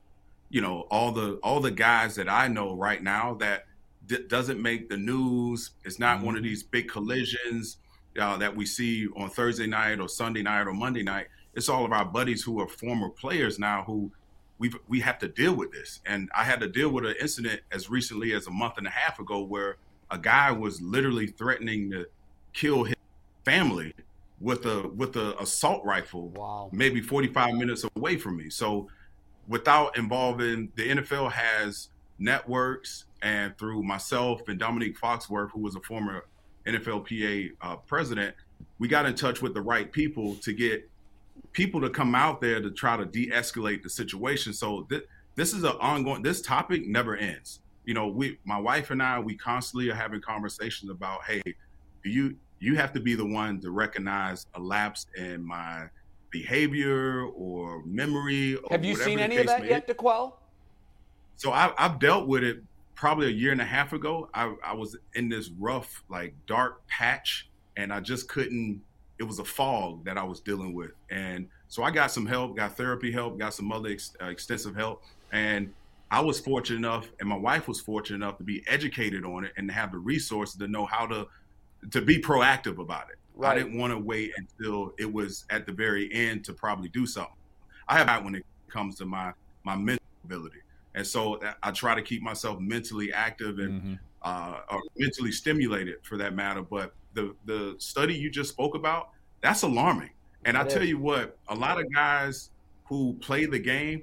Speaker 4: you know, all the all the guys that I know right now that d- doesn't make the news. It's not one of these big collisions uh, that we see on Thursday night or Sunday night or Monday night. It's all of our buddies who are former players now who we we have to deal with this. And I had to deal with an incident as recently as a month and a half ago where a guy was literally threatening to kill his family with a with a assault rifle
Speaker 1: Wow.
Speaker 4: maybe 45 minutes
Speaker 5: Mm-hmm.
Speaker 4: away from me. So without involving the NFL has networks and through myself and Dominique Foxworth, who was a former NFLPA uh, president, we got in touch with the right people to get people to come out there to try to de-escalate the situation. So th- this is an ongoing. This topic never ends. You know, we, my wife and I, we constantly are having conversations about, hey, do you you have to be the one to recognize a lapse in my behavior or memory. Or
Speaker 1: Have you
Speaker 4: whatever
Speaker 1: seen
Speaker 4: the
Speaker 1: any of
Speaker 4: case
Speaker 1: that
Speaker 4: may-
Speaker 1: yet, DeQuell?
Speaker 4: so I, I've dealt with it probably a year and a half ago. I, I was in this rough, like dark patch, and I just couldn't. It was a fog that I was dealing with, and so I got some help, got therapy help, got some other ex, uh, extensive help, and I was fortunate enough, and my wife was fortunate enough to be educated on it and to have the resources to know how to to be proactive about it. I
Speaker 1: Right.
Speaker 4: didn't want to wait until it was at the very end to probably do something. I have that when it comes to my my mental ability, and so uh, I- I try to keep myself mentally active and
Speaker 1: Mm-hmm.
Speaker 4: uh, or mentally stimulated for that matter. But the the study you just spoke about that's alarming, and I
Speaker 1: It
Speaker 4: tell
Speaker 1: is.
Speaker 4: you what, a lot of guys who play the game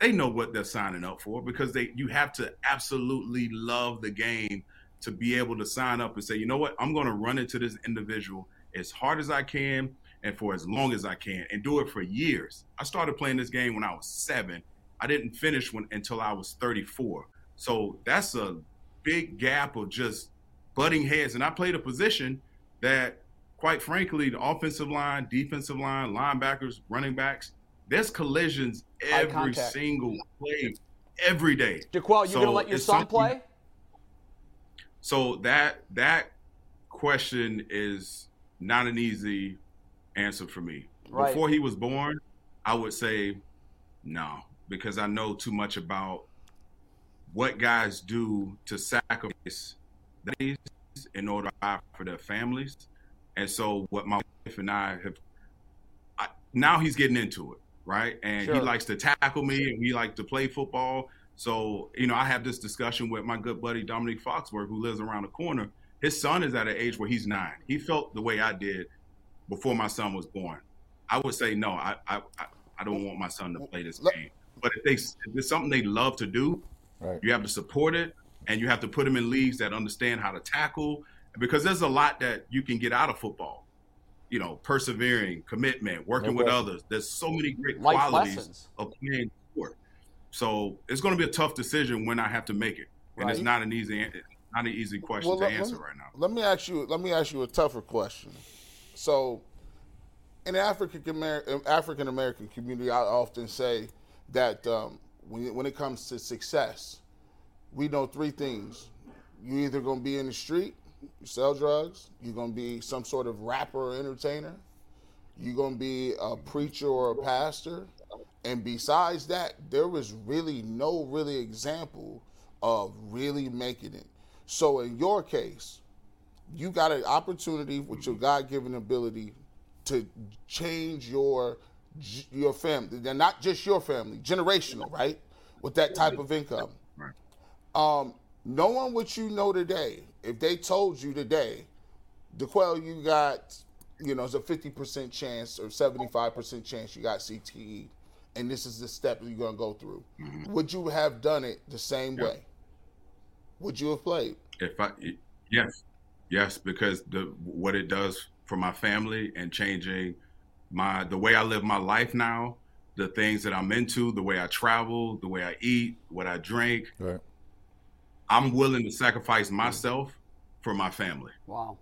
Speaker 4: they know what they're signing up for because they you have to absolutely love the game to be able to sign up and say, you know what, I'm going to run into this individual
Speaker 7: as hard as I can and for as long as I can and do it for years. I started playing this game when I was seven. I didn't finish when, until I was 34. So that's a big gap of just butting heads. And I played a position that, quite frankly, the offensive line, defensive line, linebackers, running backs, there's collisions
Speaker 1: Eye
Speaker 7: every
Speaker 1: contact.
Speaker 7: single play, every day.
Speaker 1: DeQuell, you
Speaker 7: So
Speaker 1: gonna let your
Speaker 7: it's
Speaker 1: son
Speaker 7: something-
Speaker 1: play?
Speaker 7: So that that question is not an easy answer for me.
Speaker 1: Right.
Speaker 7: Before he was born, I would say no because I know too much about what guys do to sacrifice days in order to provide for their families. And so what my wife and I have I, now he's getting into it, right? And he
Speaker 1: Sure.
Speaker 7: likes to tackle me and we like to play football. So, you know, I have this discussion with my good buddy Dominic Foxworth, who lives around the corner. His son is at an age where he's nine. He felt the way I did before my son was born. I would say no, I I, I I don't want my son to play this
Speaker 5: Let-
Speaker 7: game. But if they if it's something they love to do,
Speaker 4: Right.
Speaker 7: you have to support it and you have to put them in leagues that understand how to tackle because there's a lot that you can get out of football. You know, persevering, commitment, working with
Speaker 4: question.
Speaker 7: others. There's so many great
Speaker 1: Life
Speaker 7: qualities
Speaker 1: lessons.
Speaker 7: of playing sport. So it's going to be a tough decision when I have to make it, and it's
Speaker 1: Right.
Speaker 7: not an easy, it's not an easy question
Speaker 5: Well,
Speaker 7: to
Speaker 5: let- let
Speaker 7: answer
Speaker 5: me-
Speaker 7: right now.
Speaker 5: Let me ask you. Let me ask you a tougher question. So, in the African African American community, I often say that um, when when it comes to success, we know three things: you either gonna be in the street, you sell drugs, you're gonna be some sort of rapper or entertainer, you're gonna be a preacher or a pastor, and besides that, there was really no really example of really making it. So in your case, you got an opportunity with your God-given ability to change your your family. They're not just your family, generational, right? With that type of income.
Speaker 7: Right.
Speaker 5: Um, knowing what you know today, if they told you today, DeQuell, you got, you know, it's a 50% chance or 75% chance you got CTE, and this is the step you're going to go through. Would you have done it the same way? Would you have played?
Speaker 7: If I yes, yes, because the what it does for my family and changing my the way I live my life now, the things that I'm into, the way I travel, the way I eat, what I drink.
Speaker 4: Right.
Speaker 7: I'm willing to sacrifice myself for my family.
Speaker 1: Wow.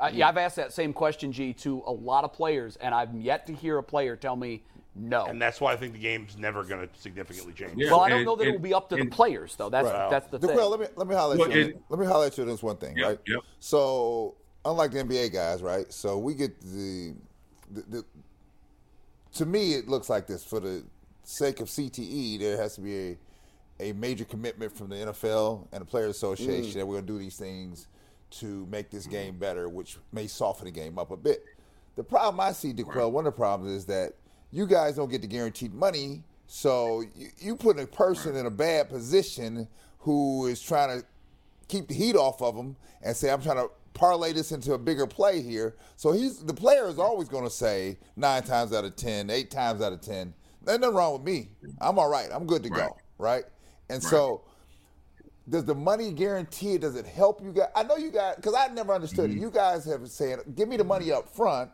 Speaker 1: Uh, yeah, I've asked that same question, G, to a lot of players, and I've yet to hear a player tell me no.
Speaker 2: And that's why I think the game's never going to significantly change.
Speaker 7: Yeah.
Speaker 1: well, I don't
Speaker 7: and-
Speaker 1: know that it will
Speaker 7: and-
Speaker 1: be up to
Speaker 7: and-
Speaker 1: the players, though. That's
Speaker 4: Right.
Speaker 1: that's the thing.
Speaker 4: Well, let me let me holler at
Speaker 7: Well,
Speaker 4: you.
Speaker 7: it-
Speaker 4: let me holler at you this one thing,
Speaker 7: Yep,
Speaker 4: right?
Speaker 7: yep.
Speaker 4: So unlike the NBA guys, right? So we get the, the, the to me it looks like this for the sake of CTE, there has to be a a major commitment from the NFL and the Players Association that we're going to do these things to make this game better, which may soften the game up a bit. The problem I see, DeQuell, one of the problems is that you guys don't get the guaranteed money, so you, you put a person in a bad position who is trying to keep the heat off of him and say, I'm trying to parlay this into a bigger play here. So he's the player is always going to say nine times out of ten, eight times out of 10, there's nothing wrong with me. I'm all right. I'm good to
Speaker 7: Right.
Speaker 4: go. Right. And so does the money guarantee it? Does it help you guys? I know you guys, because I never understood it. You guys have been saying, give me the money up front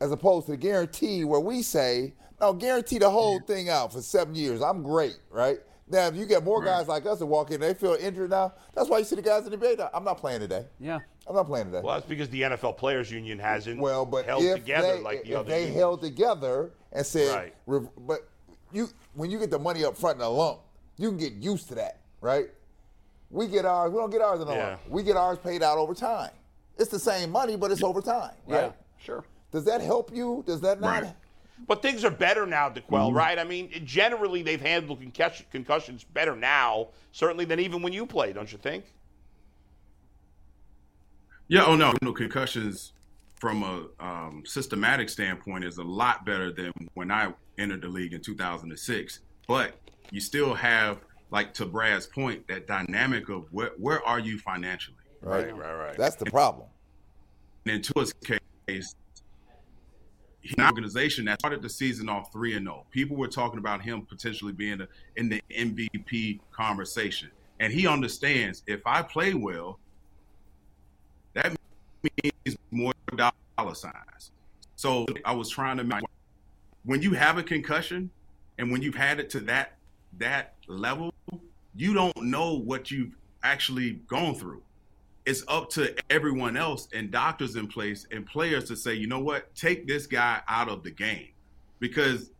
Speaker 4: as opposed to the guarantee where we say, no, guarantee the
Speaker 2: Mm.
Speaker 4: whole thing out for seven years. I'm great, right? Now, if you get more guys like us that walk in, they feel injured now. That's why you see the guys in the NBA. now, I'm not playing today.
Speaker 1: yeah.
Speaker 4: I'm not playing today.
Speaker 2: Well, that's because the NFL Players Union hasn't
Speaker 4: Well, but
Speaker 2: held
Speaker 4: if
Speaker 2: together
Speaker 4: they,
Speaker 2: like the
Speaker 4: if
Speaker 2: other.
Speaker 4: they
Speaker 2: unions.
Speaker 4: held together and said,
Speaker 2: Right.
Speaker 4: "Rev- but you when you get the money up front in a lump, you can get used to that, right? We get ours. We don't get ours in a
Speaker 2: Yeah.
Speaker 4: lump. We get ours paid out over time. It's the same money, but it's over time, right?
Speaker 1: Yeah. Sure.
Speaker 4: Does that help you? Does that not?
Speaker 7: Right.
Speaker 2: But things are better now, DeQuell,
Speaker 4: Mm-hmm.
Speaker 2: right? I mean, generally they've handled concussion, concussions better now, certainly than even when you play, don't you think?
Speaker 7: Yeah. Oh no, no concussions from a um, systematic standpoint is a lot better than when I entered the league in 2006. But you still have, like to Brad's point, that dynamic of where where are you financially?
Speaker 4: Right.
Speaker 2: Right, right.
Speaker 4: That's the problem.
Speaker 7: And in Tua's case, he's an organization that started the season off three and zero. People were talking about him potentially being a, in the MVP conversation, and he understands if I play well, that means more dollar signs. So I was trying to make when you have a concussion and when you've had it to that that level, you don't know what you've actually gone through. It's up to everyone else and doctors in place and players to say, you know what, take this guy out of the game. Because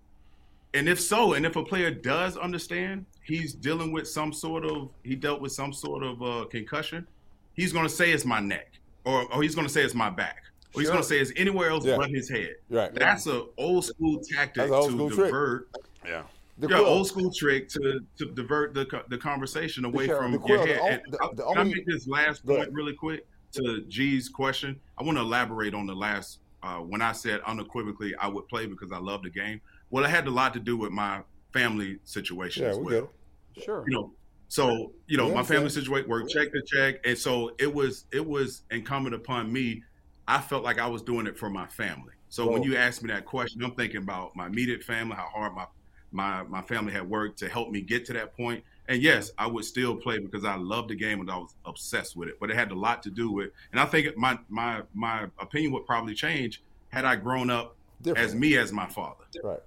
Speaker 7: and if so, and if a player does understand he's dealing with some sort of he dealt with some sort of uh, concussion, he's gonna say it's my neck, or or he's gonna say it's my back, or he's
Speaker 4: Sure.
Speaker 7: gonna say it's anywhere else
Speaker 4: Yeah.
Speaker 7: but his head.
Speaker 4: Right.
Speaker 7: That's an old school tactic
Speaker 4: That's a old
Speaker 7: to
Speaker 4: school trick.
Speaker 7: divert.
Speaker 2: Yeah.
Speaker 4: The
Speaker 7: Yeah,
Speaker 4: quill-
Speaker 7: old school trick to, to divert the co- the conversation away
Speaker 4: Sure,
Speaker 7: from
Speaker 4: the
Speaker 7: your
Speaker 4: quill, the
Speaker 7: head.
Speaker 4: on-
Speaker 7: And
Speaker 4: the-
Speaker 7: I-
Speaker 4: the
Speaker 7: can
Speaker 4: only-
Speaker 7: I make this last
Speaker 4: Go
Speaker 7: point
Speaker 4: ahead.
Speaker 7: really quick to G's question? I want to elaborate on the last uh, when I said unequivocally I would play because I love the game. Well, it had a lot to do with my family situation
Speaker 4: Yeah,
Speaker 7: as
Speaker 4: we
Speaker 7: well
Speaker 4: get it.
Speaker 1: Sure.
Speaker 7: you know so you know
Speaker 4: Yeah,
Speaker 7: my
Speaker 4: I'm
Speaker 7: family
Speaker 4: saying.
Speaker 7: situation worked check to check and so it was it was incumbent upon me i felt like i was doing it for my family so when
Speaker 4: Whoa.
Speaker 7: you asked me that question i'm thinking about my immediate family how hard my my my family had worked to help me get to that point and yes i would still play because i loved the game and i was obsessed with it but it had a lot to do with and i think my my my opinion would probably change had i grown up
Speaker 4: Different.
Speaker 7: as me as my father
Speaker 4: Right.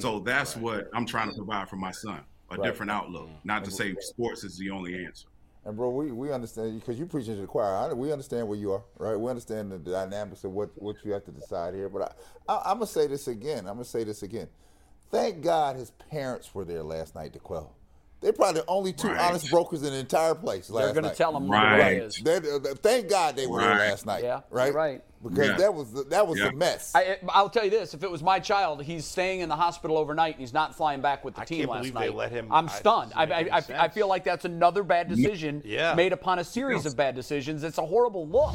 Speaker 7: so that's what I'm trying to provide for my son a
Speaker 4: Right.
Speaker 7: different outlook, not to say sports is the only answer.
Speaker 4: And bro, we, we understand because you preaching to the choir. I, we understand where you are, right? We understand the dynamics of what, what you have to decide here. But I, I, I'm gonna say this again. I'm gonna say this again. Thank God his parents were there last night to quell. They're probably the only two
Speaker 7: Right.
Speaker 4: honest brokers in the entire place.
Speaker 1: They're
Speaker 4: last
Speaker 1: going to
Speaker 4: night.
Speaker 1: tell them what
Speaker 7: Right.
Speaker 1: it is.
Speaker 4: They- uh, thank God they were there
Speaker 7: Right.
Speaker 4: last night.
Speaker 1: Yeah,
Speaker 4: Right.
Speaker 1: right.
Speaker 4: Because
Speaker 7: Yeah.
Speaker 4: that was the, that was
Speaker 7: Yeah.
Speaker 4: a mess.
Speaker 1: I, I'll tell you this: if it was my child, he's staying in the hospital overnight, and he's not flying back with the
Speaker 2: I
Speaker 1: team
Speaker 2: can't
Speaker 1: last
Speaker 2: believe they
Speaker 1: night.
Speaker 2: let him-
Speaker 1: I'm
Speaker 2: I-
Speaker 1: stunned. I,
Speaker 2: doesn't make
Speaker 1: I,
Speaker 2: any
Speaker 1: I, I feel
Speaker 2: sense.
Speaker 1: like that's another bad decision
Speaker 2: Yeah.
Speaker 1: made upon a series of bad decisions. It's a horrible look.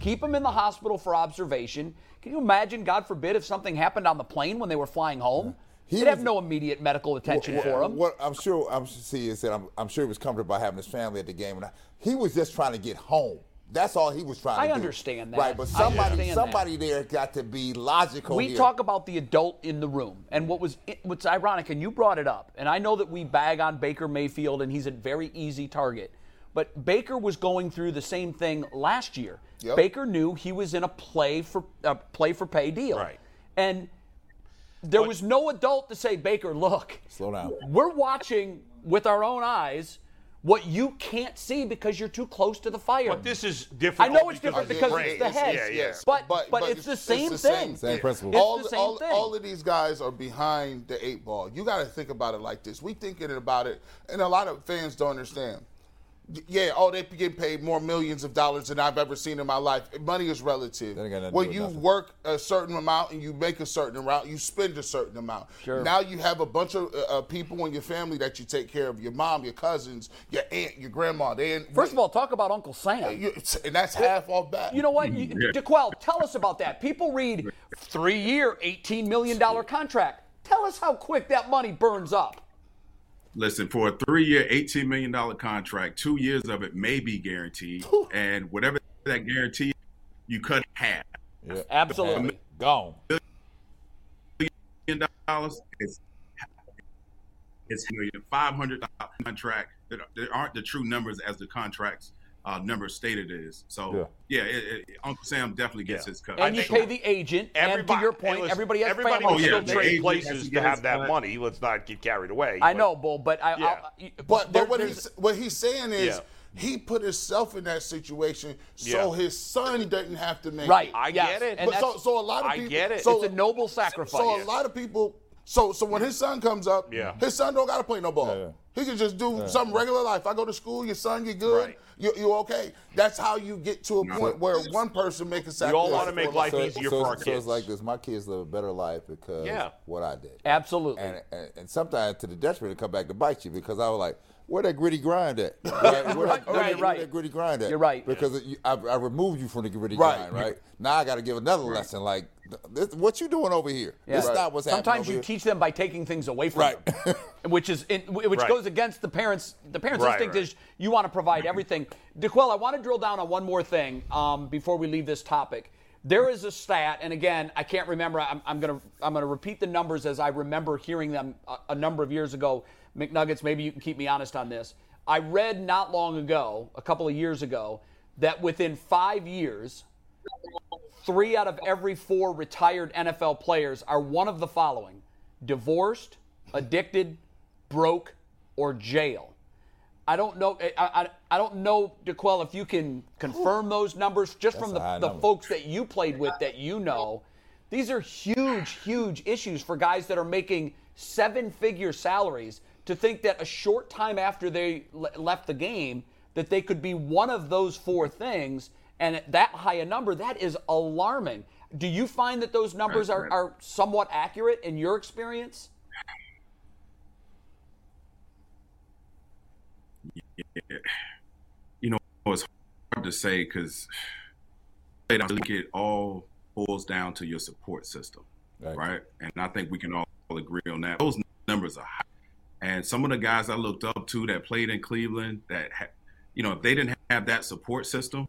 Speaker 1: Keep him in the hospital for observation. Can you imagine? God forbid if something happened on the plane when they were flying home.
Speaker 4: He
Speaker 1: He'd have
Speaker 4: was-
Speaker 1: no immediate medical attention for him.
Speaker 4: What I'm sure I'm see is that I'm, I'm sure he was comfortable by having his family at the game, and I, he was just trying to get home. That's all he was trying
Speaker 1: I
Speaker 4: to do.
Speaker 1: understand that.
Speaker 4: Right, but
Speaker 1: I
Speaker 4: somebody
Speaker 1: understand that.
Speaker 4: somebody there got to be logical.
Speaker 1: We
Speaker 4: here.
Speaker 1: talk about the adult in the room, and what was what's ironic, and you brought it up, and I know that we bag on Baker Mayfield, and he's a very easy target, but Baker was going through the same thing last year.
Speaker 5: Yep.
Speaker 1: Baker knew he was in a play for a play for pay deal,
Speaker 2: Right.
Speaker 1: And there was no adult to say, Baker, look,
Speaker 4: Slow down.
Speaker 1: we're watching with our own eyes what you can't see because you're too close to the fire.
Speaker 2: But this is different.
Speaker 1: I know
Speaker 2: only
Speaker 1: it's different
Speaker 2: of
Speaker 1: because
Speaker 2: brain.
Speaker 1: it's the head.
Speaker 2: Yeah, yeah.
Speaker 5: yes.
Speaker 1: But, but, it's, the same thing.
Speaker 4: Same principle.
Speaker 1: It's
Speaker 5: all,
Speaker 1: the same
Speaker 5: all,
Speaker 1: thing.
Speaker 5: all of these guys are behind the eight ball. You got to think about it like this. We thinking about it, and a lot of fans don't understand. D- Yeah, oh, they get paid more millions of dollars than I've ever seen in my life. Money is relative.
Speaker 4: That ain't got nothing to do
Speaker 5: When
Speaker 4: with
Speaker 5: you
Speaker 4: nothing.
Speaker 5: work a certain amount and you make a certain amount, you spend a certain amount. Sure. Now you have a bunch of uh, uh, people in your family that you take care of: your mom, your cousins, your aunt, your grandma. They ain't-
Speaker 1: First of all, talk about Uncle Sam.
Speaker 5: you- and that's half off back.
Speaker 1: You know what, you, DeQuell? Tell us about that. People read three-year, eighteen million dollar contract. Tell us how quick that money burns up.
Speaker 7: Listen, for a three year, $18 million contract, two years of it may be guaranteed. and whatever that guarantee, you cut in half.
Speaker 1: Absolutely.
Speaker 4: Gone.
Speaker 7: million dollars is it's million five hundred dollar contract that there aren't the true numbers as the contracts uh, number stated is. So yeah, it, it, Uncle Sam definitely gets
Speaker 2: Yeah.
Speaker 7: his cut.
Speaker 1: And you
Speaker 7: Sure.
Speaker 1: pay the agent. And to your point,
Speaker 2: and listen,
Speaker 1: everybody has
Speaker 2: everybody
Speaker 1: family.
Speaker 7: Oh,
Speaker 2: will
Speaker 7: yeah,
Speaker 2: still
Speaker 7: the
Speaker 2: trade
Speaker 7: agent has
Speaker 2: places
Speaker 7: to
Speaker 2: to
Speaker 7: get
Speaker 2: have
Speaker 7: his
Speaker 2: that
Speaker 7: cut.
Speaker 2: money. Let's not get carried away.
Speaker 1: I
Speaker 2: but-
Speaker 1: know, Bull, but I.
Speaker 2: Yeah.
Speaker 1: I'll,
Speaker 5: But
Speaker 1: there-
Speaker 5: but what
Speaker 1: there's-
Speaker 5: he's what he's saying is
Speaker 2: Yeah.
Speaker 5: he put himself in that situation so
Speaker 2: Yeah.
Speaker 5: his son doesn't have to make
Speaker 1: right.
Speaker 2: I
Speaker 1: yes.
Speaker 2: get it.
Speaker 1: And
Speaker 5: But so,
Speaker 1: that's-
Speaker 5: so a lot of
Speaker 2: I
Speaker 5: people
Speaker 2: get it.
Speaker 5: So
Speaker 1: it's a noble sacrifice.
Speaker 5: So a lot of people. So so when his son comes up,
Speaker 2: Yeah.
Speaker 5: his son don't gotta play no ball.
Speaker 4: yeah.
Speaker 5: He can just do some regular life. I go to school. Your son, you good.
Speaker 2: Right.
Speaker 5: You you okay? That's how you get to a point where one person makes a sacrifice.
Speaker 2: all wanna make
Speaker 5: for
Speaker 2: life
Speaker 5: another.
Speaker 2: easy. easier
Speaker 4: so,
Speaker 2: for our
Speaker 4: so
Speaker 2: kids.
Speaker 4: it's like this. My kids live a better life because
Speaker 2: Yeah.
Speaker 4: what I did.
Speaker 1: Absolutely.
Speaker 4: And, and, and sometimes to the detriment, it come back to bite you because I was like, where that gritty grind at? Right, where that,
Speaker 1: Right,
Speaker 4: where that-
Speaker 1: right.
Speaker 4: Where that gritty grind at?
Speaker 1: You're right.
Speaker 4: Because it- you- I, I removed you from the gritty
Speaker 5: Right.
Speaker 4: grind, right? Now I got to give another lesson. Like, th- this, what you doing over here?
Speaker 1: Yeah.
Speaker 4: This not what's
Speaker 1: Sometimes you
Speaker 4: happening over here.
Speaker 1: teach them by taking things away from
Speaker 4: Right.
Speaker 1: them, which is in, which
Speaker 2: Right.
Speaker 1: goes against the parents. The parents'
Speaker 2: Right,
Speaker 1: instinct
Speaker 2: right.
Speaker 1: is you want to provide everything. DeQuell, I want to drill down on one more thing um, before we leave this topic. There is a stat, and again, I can't remember. I'm, I'm gonna I'm gonna repeat the numbers as I remember hearing them a, a number of years ago. McNuggets, maybe you can keep me honest on this. I read not long ago, a couple of years ago, that within five years, three out of every four retired NFL players are one of the following divorced, addicted, broke, or jail. I don't know. eh, I, I, I don't know, DeQuell, if you can confirm those numbers just from
Speaker 5: a high
Speaker 1: the, the
Speaker 5: number.
Speaker 1: folks that you played with that you know. These are huge, huge issues for guys that are making seven figure salaries to think that a short time after they le- left the game that they could be one of those four things and at that high a number that is alarming do you find that those numbers are,
Speaker 4: right.
Speaker 1: are somewhat accurate in your experience
Speaker 4: you know, it's hard to say because I think it all boils down to your support system,
Speaker 5: Right.
Speaker 4: right. And I think we can all agree on that. Those numbers are high. And some of the guys I looked up to that played in Cleveland, that ha- you know, if they didn't have that support system,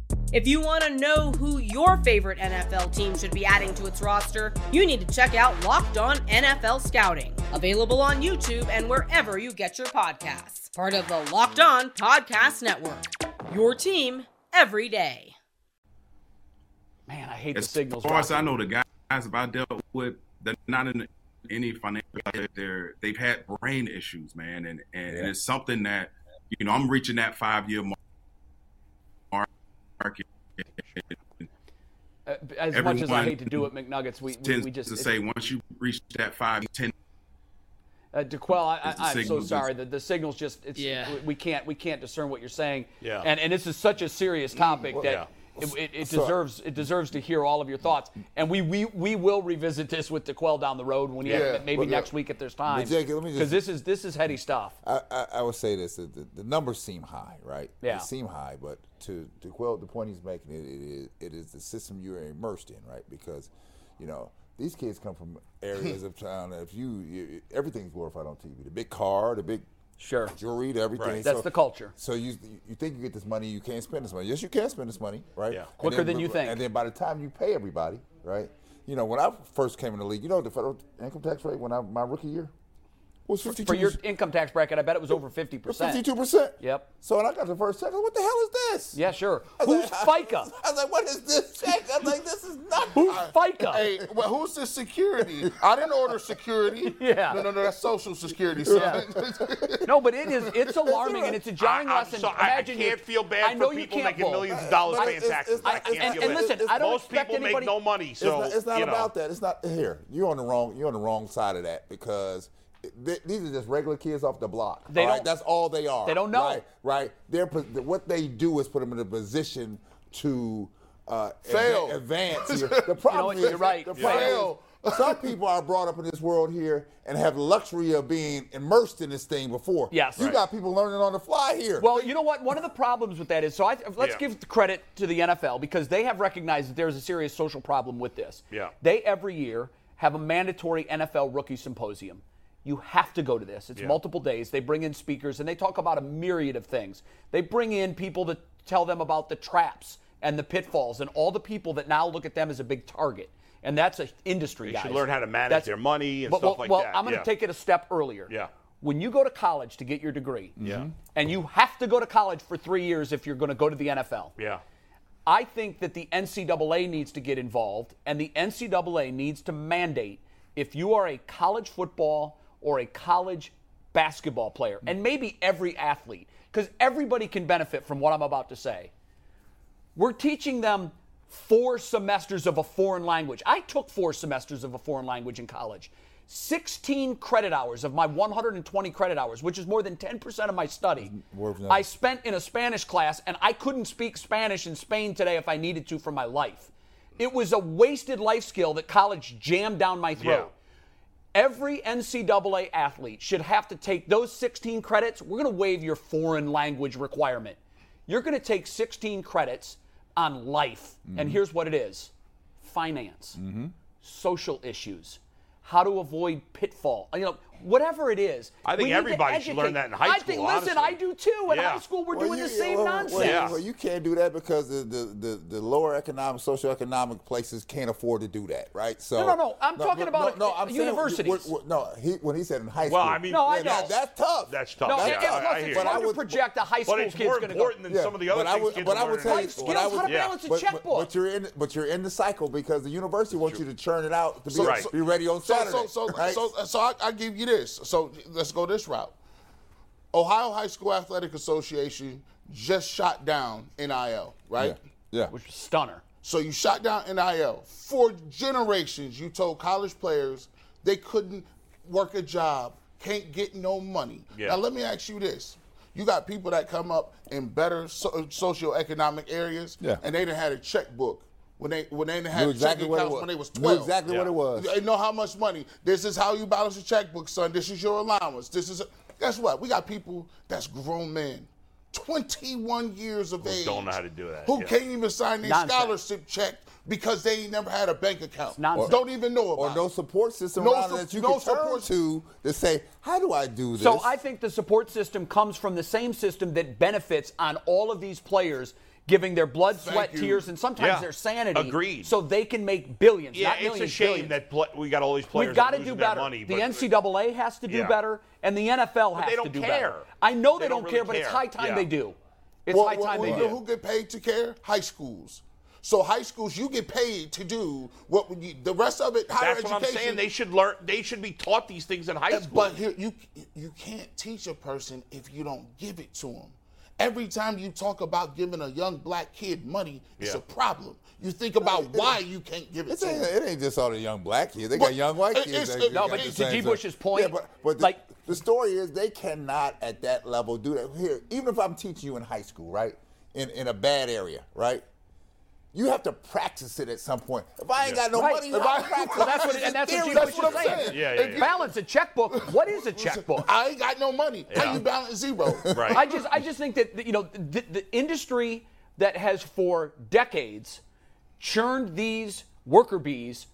Speaker 3: If you want to know who your favorite NFL team should be adding to its roster, you need to check out Locked On NFL Scouting, available on YouTube and wherever you get your podcasts. Part of the Locked On Podcast Network. Your team every day.
Speaker 1: man i hate
Speaker 4: as
Speaker 1: the signals
Speaker 4: far as
Speaker 1: Rocky.
Speaker 4: I know, the guys if I dealt with, they're not in any financial. They're they've had brain issues, man, and and,
Speaker 5: Yeah.
Speaker 4: and it's something that you know I'm reaching that five year mark. mark
Speaker 1: Uh, as much as i
Speaker 4: everyone
Speaker 1: hate to do it mcnuggets we, we,
Speaker 4: tends
Speaker 1: we just
Speaker 4: to
Speaker 1: it-
Speaker 4: say once you reach that five, ten,
Speaker 1: Uh, DeQuell, I, I,
Speaker 4: Is the
Speaker 1: I'm so
Speaker 4: signal just-
Speaker 1: sorry. The, the signal's just it's,
Speaker 10: Yeah.
Speaker 1: we, we can't we can't discern what you're saying.
Speaker 2: Yeah.
Speaker 1: And and this is such a serious topic that
Speaker 11: yeah.
Speaker 1: it, it, it
Speaker 11: So-
Speaker 1: deserves it deserves to hear all of your thoughts. And we we, we will revisit this with DeQuell down the road when he
Speaker 11: Yeah.
Speaker 1: maybe
Speaker 5: Well, yeah.
Speaker 1: next week if there's time.
Speaker 5: But Jacob, let me just-
Speaker 1: Because this is this is heady stuff.
Speaker 5: I, I, I would say this: that the, the numbers seem high, right?
Speaker 1: Yeah.
Speaker 5: They seem high, but to to quell the point he's making, it, it is it is the system you are immersed in, right? Because, you know, these kids come from areas of town. that If you, you everything's glorified on TV, the big car, the big
Speaker 1: Sure.
Speaker 5: jewelry, to everything.
Speaker 1: That's the culture.
Speaker 5: So you you think you get this money, you can't spend this money. Yes, you can spend this money, right? Yeah.
Speaker 1: Quicker than you think.
Speaker 5: And then by the time you pay everybody, right? You know, when I first came in the league, you know the federal income tax rate when I my rookie year was fifty two
Speaker 1: For your income tax bracket, I bet it was over fifty percent.
Speaker 5: Fifty-two percent.
Speaker 1: Yep.
Speaker 5: So when I got the first check, I was, what the hell is this?
Speaker 1: Yeah, sure.
Speaker 5: I was
Speaker 1: Who's
Speaker 5: like-
Speaker 1: FICA?
Speaker 5: I was like, what is this check? I'm like, this is not.
Speaker 1: Who's
Speaker 5: I-
Speaker 1: FICA?
Speaker 11: Hey, well, who's the security? I didn't order security.
Speaker 1: Yeah.
Speaker 11: No, no, no. That's social security. Son.
Speaker 1: No, but it is it's alarming and it's a jarring
Speaker 2: I, I'm
Speaker 1: lesson.
Speaker 2: so- I- I
Speaker 1: Imagine you-
Speaker 2: can't feel bad
Speaker 1: I know
Speaker 2: for
Speaker 1: you
Speaker 2: people
Speaker 1: can't
Speaker 2: making
Speaker 1: bowl.
Speaker 2: millions of dollars
Speaker 5: But
Speaker 2: paying
Speaker 5: it's-
Speaker 2: taxes.
Speaker 5: it's-
Speaker 2: I
Speaker 5: it's-
Speaker 2: can't
Speaker 5: and-
Speaker 2: feel
Speaker 5: and
Speaker 2: bad.
Speaker 5: listen, I
Speaker 1: don't
Speaker 2: Most
Speaker 1: expect
Speaker 2: people
Speaker 1: anybody-
Speaker 2: make no money,
Speaker 5: It's
Speaker 2: so
Speaker 5: not, it's not
Speaker 2: you know.
Speaker 5: about that. It's not here. You're on the wrong. You're on the wrong side of that because th- these are just regular kids off the block.
Speaker 1: They
Speaker 5: all
Speaker 1: don't-
Speaker 5: That's all they are.
Speaker 1: they don't know.
Speaker 5: Right. right? They're, pos- what they do is put them in a position to uh,
Speaker 11: Fail.
Speaker 5: adva- advance. here. The problem
Speaker 1: what? You're
Speaker 5: is
Speaker 1: right.
Speaker 5: The
Speaker 1: Yeah.
Speaker 5: problem is
Speaker 11: Fail.
Speaker 5: some people are brought up in this world here and have the luxury of being immersed in this thing before.
Speaker 1: Yes.
Speaker 5: You
Speaker 1: Right.
Speaker 5: got people learning on the fly here.
Speaker 1: Well, you know what? One of the problems with that is so I, let's
Speaker 2: Yeah.
Speaker 1: give the credit to the NFL because they have recognized that there's a serious social problem with this.
Speaker 2: Yeah.
Speaker 1: They every year have a mandatory NFL rookie symposium. You have to go to this. It's multiple days. They bring in speakers and they talk about a myriad of things. They bring in people to tell them about the traps and the pitfalls and all the people that now look at them as a big target. And that's an industry.
Speaker 2: They should
Speaker 1: guys.
Speaker 2: learn how to manage
Speaker 1: That's-
Speaker 2: their money and
Speaker 1: But-
Speaker 2: stuff
Speaker 1: well,
Speaker 2: like
Speaker 1: well,
Speaker 2: that.
Speaker 1: I'm going to
Speaker 2: Yeah.
Speaker 1: take it a step earlier.
Speaker 2: Yeah.
Speaker 1: When you go to college to get your degree, and you have to go to college for three years if you're going to go to the NFL.
Speaker 2: Yeah.
Speaker 1: I think that the NCAA needs to get involved, and the NCAA needs to mandate if you are a college football or a college basketball player, and maybe every athlete, because everybody can benefit from what I'm about to say. We're teaching them four semesters of a foreign language. I took four semesters of a foreign language in college. 16 credit hours of my 120 credit hours, which is more than 10% of my study.
Speaker 5: Worth nothing.
Speaker 1: I spent in a Spanish class, and I couldn't speak Spanish in Spain today if I needed to for my life. It was a wasted life skill that college jammed down my throat. Every NCAA athlete should have to take those 16 credits. We're going to waive your foreign language requirement. You're going to take 16 credits on life.
Speaker 2: Mm-hmm.
Speaker 1: And here's what it is finance, social issues, how to avoid pitfall. You know, whatever it is.
Speaker 2: I think
Speaker 1: we need to
Speaker 2: everybody should learn
Speaker 1: educate.
Speaker 2: that in high
Speaker 1: I
Speaker 2: school,
Speaker 1: think, listen,
Speaker 2: honestly.
Speaker 1: I do too. In
Speaker 2: Yeah.
Speaker 1: high school, we're
Speaker 5: Well,
Speaker 1: doing
Speaker 5: you-
Speaker 1: the same
Speaker 5: well,
Speaker 1: nonsense.
Speaker 5: Well,
Speaker 2: Yeah.
Speaker 5: well, you can't do that because the, the, the, the lower economic, socioeconomic places can't afford to do that, right? So
Speaker 1: No, no, no, I'm talking
Speaker 5: no,
Speaker 1: about
Speaker 5: no, no, I'm saying-
Speaker 1: universities.
Speaker 5: we're- we're- no, he, when he said in high school.
Speaker 2: Well, I mean-
Speaker 1: No, I
Speaker 5: yeah, that-
Speaker 1: know.
Speaker 5: that's tough.
Speaker 2: That's tough.
Speaker 1: No,
Speaker 2: yeah,
Speaker 1: it- it's
Speaker 2: I- I
Speaker 1: nothing
Speaker 2: hear
Speaker 1: it's
Speaker 2: you.
Speaker 1: hard
Speaker 5: I
Speaker 1: to
Speaker 5: would-
Speaker 1: project a high school
Speaker 2: But it's
Speaker 1: kid's
Speaker 2: more
Speaker 1: going to go.
Speaker 2: important than some of the other
Speaker 5: but I
Speaker 2: things
Speaker 5: would,
Speaker 2: kids
Speaker 5: but I
Speaker 2: learn
Speaker 5: would
Speaker 2: in
Speaker 5: tell
Speaker 2: high
Speaker 5: you,
Speaker 2: school.
Speaker 5: but I
Speaker 1: skills,
Speaker 5: would,
Speaker 1: how to balance a
Speaker 5: but, but-
Speaker 1: checkbook.
Speaker 5: But you're in, but you're in the cycle because the university wants you to churn it out to be,
Speaker 2: Right.
Speaker 5: be ready on
Speaker 4: So,
Speaker 5: Saturday.
Speaker 4: so, so,
Speaker 5: right?
Speaker 4: so, so I, I give you this. So let's go this route. Ohio High School Athletic Association just shot down NIL, right?
Speaker 5: yeah.
Speaker 1: Which was stunner.
Speaker 4: So you shot down NIL. For generations, you told college players they couldn't work a job, can't get no money.
Speaker 2: Yeah.
Speaker 4: Now let me ask you this. You got people that come up in better so- socioeconomic areas,
Speaker 5: Yeah.
Speaker 4: and they done had a checkbook when they when they done had
Speaker 5: Knew exactly
Speaker 4: checking
Speaker 5: what it
Speaker 4: accounts
Speaker 5: was.
Speaker 4: when they was
Speaker 5: Knew
Speaker 4: twelve.
Speaker 5: exactly what it
Speaker 2: Yeah.
Speaker 5: was.
Speaker 4: They know how much money. This is how you balance your checkbook, son. This is your allowance. This is. guess what? We got people that's grown men, 21 years of age.
Speaker 2: don't know how to do that,
Speaker 4: Who
Speaker 2: yeah.
Speaker 4: can't even sign their
Speaker 1: Nonsense.
Speaker 4: scholarship check because they ain't never had a bank account.
Speaker 1: nonsense.
Speaker 4: Don't even know
Speaker 5: Or
Speaker 4: about
Speaker 5: no
Speaker 4: it.
Speaker 5: support system
Speaker 4: No
Speaker 5: around
Speaker 4: su-
Speaker 5: that you
Speaker 4: no
Speaker 5: can turn
Speaker 4: support-
Speaker 5: to to say, how do I do this?
Speaker 1: So I think the support system comes from the same system that benefits on all of these players giving their blood, sweat,
Speaker 4: you.
Speaker 1: tears, and sometimes
Speaker 2: Yeah.
Speaker 1: their sanity.
Speaker 2: Agreed.
Speaker 1: So they can make billions,
Speaker 2: Yeah,
Speaker 1: not
Speaker 2: it's
Speaker 1: millions.
Speaker 2: a shame
Speaker 1: billions.
Speaker 2: that pl- we got all these players.
Speaker 1: We've got to
Speaker 2: losing
Speaker 1: do
Speaker 2: their
Speaker 1: better.
Speaker 2: Money,
Speaker 1: the
Speaker 2: but-
Speaker 1: NCAA has to do
Speaker 2: Yeah.
Speaker 1: better, and the NFL has
Speaker 2: they
Speaker 1: to
Speaker 2: don't
Speaker 1: do
Speaker 2: care.
Speaker 1: better. I know they,
Speaker 2: They
Speaker 1: don't,
Speaker 2: don't
Speaker 1: care,
Speaker 2: really
Speaker 1: but it's
Speaker 2: care.
Speaker 1: high time
Speaker 2: Yeah.
Speaker 1: they do. It's
Speaker 4: Well,
Speaker 1: high
Speaker 4: well,
Speaker 1: time
Speaker 4: well,
Speaker 1: they
Speaker 4: you know
Speaker 1: do.
Speaker 4: Who get paid to care? High schools. So high schools, you get paid to do what would you, the rest of it. Higher
Speaker 2: That's what I'm
Speaker 4: education.
Speaker 2: saying. They should learn. They should be taught these things in high
Speaker 4: Uh,
Speaker 2: school.
Speaker 4: But here, you you can't teach a person if you don't give it to them. Every time you talk about giving a young black kid money, it's
Speaker 2: Yeah.
Speaker 4: a problem. You think about
Speaker 5: it-
Speaker 4: why you can't give it
Speaker 5: It
Speaker 4: to
Speaker 5: ain't,
Speaker 4: them.
Speaker 5: it ain't just all the young black kids. They
Speaker 4: But
Speaker 5: got young white
Speaker 4: it-
Speaker 5: kids.
Speaker 4: it's-
Speaker 5: that
Speaker 4: no,
Speaker 5: got
Speaker 4: but
Speaker 5: the
Speaker 4: to
Speaker 5: same
Speaker 1: G.
Speaker 5: stuff.
Speaker 1: Bush's point,
Speaker 5: Yeah, but, but the,
Speaker 1: like-
Speaker 5: the story is they cannot at that level do that. Here, even if I'm teaching you in high school, right, in in a bad area, right, you have to practice it at some point. If I ain't got no
Speaker 1: Right.
Speaker 5: money,
Speaker 1: If
Speaker 5: I
Speaker 1: I-
Speaker 5: practice.
Speaker 1: Well, that's what-
Speaker 5: It's
Speaker 1: and that's what
Speaker 5: theory.
Speaker 1: G.
Speaker 4: That's
Speaker 1: Bush
Speaker 4: what
Speaker 1: is
Speaker 4: I'm
Speaker 1: saying.
Speaker 4: saying.
Speaker 2: Yeah, yeah,
Speaker 4: If
Speaker 2: yeah.
Speaker 4: you-
Speaker 1: Balance a checkbook. What is a checkbook?
Speaker 4: I ain't got no money. How you balance zero?
Speaker 2: Right.
Speaker 1: I just I just think that that, you know the, the industry that has for decades churned these worker bees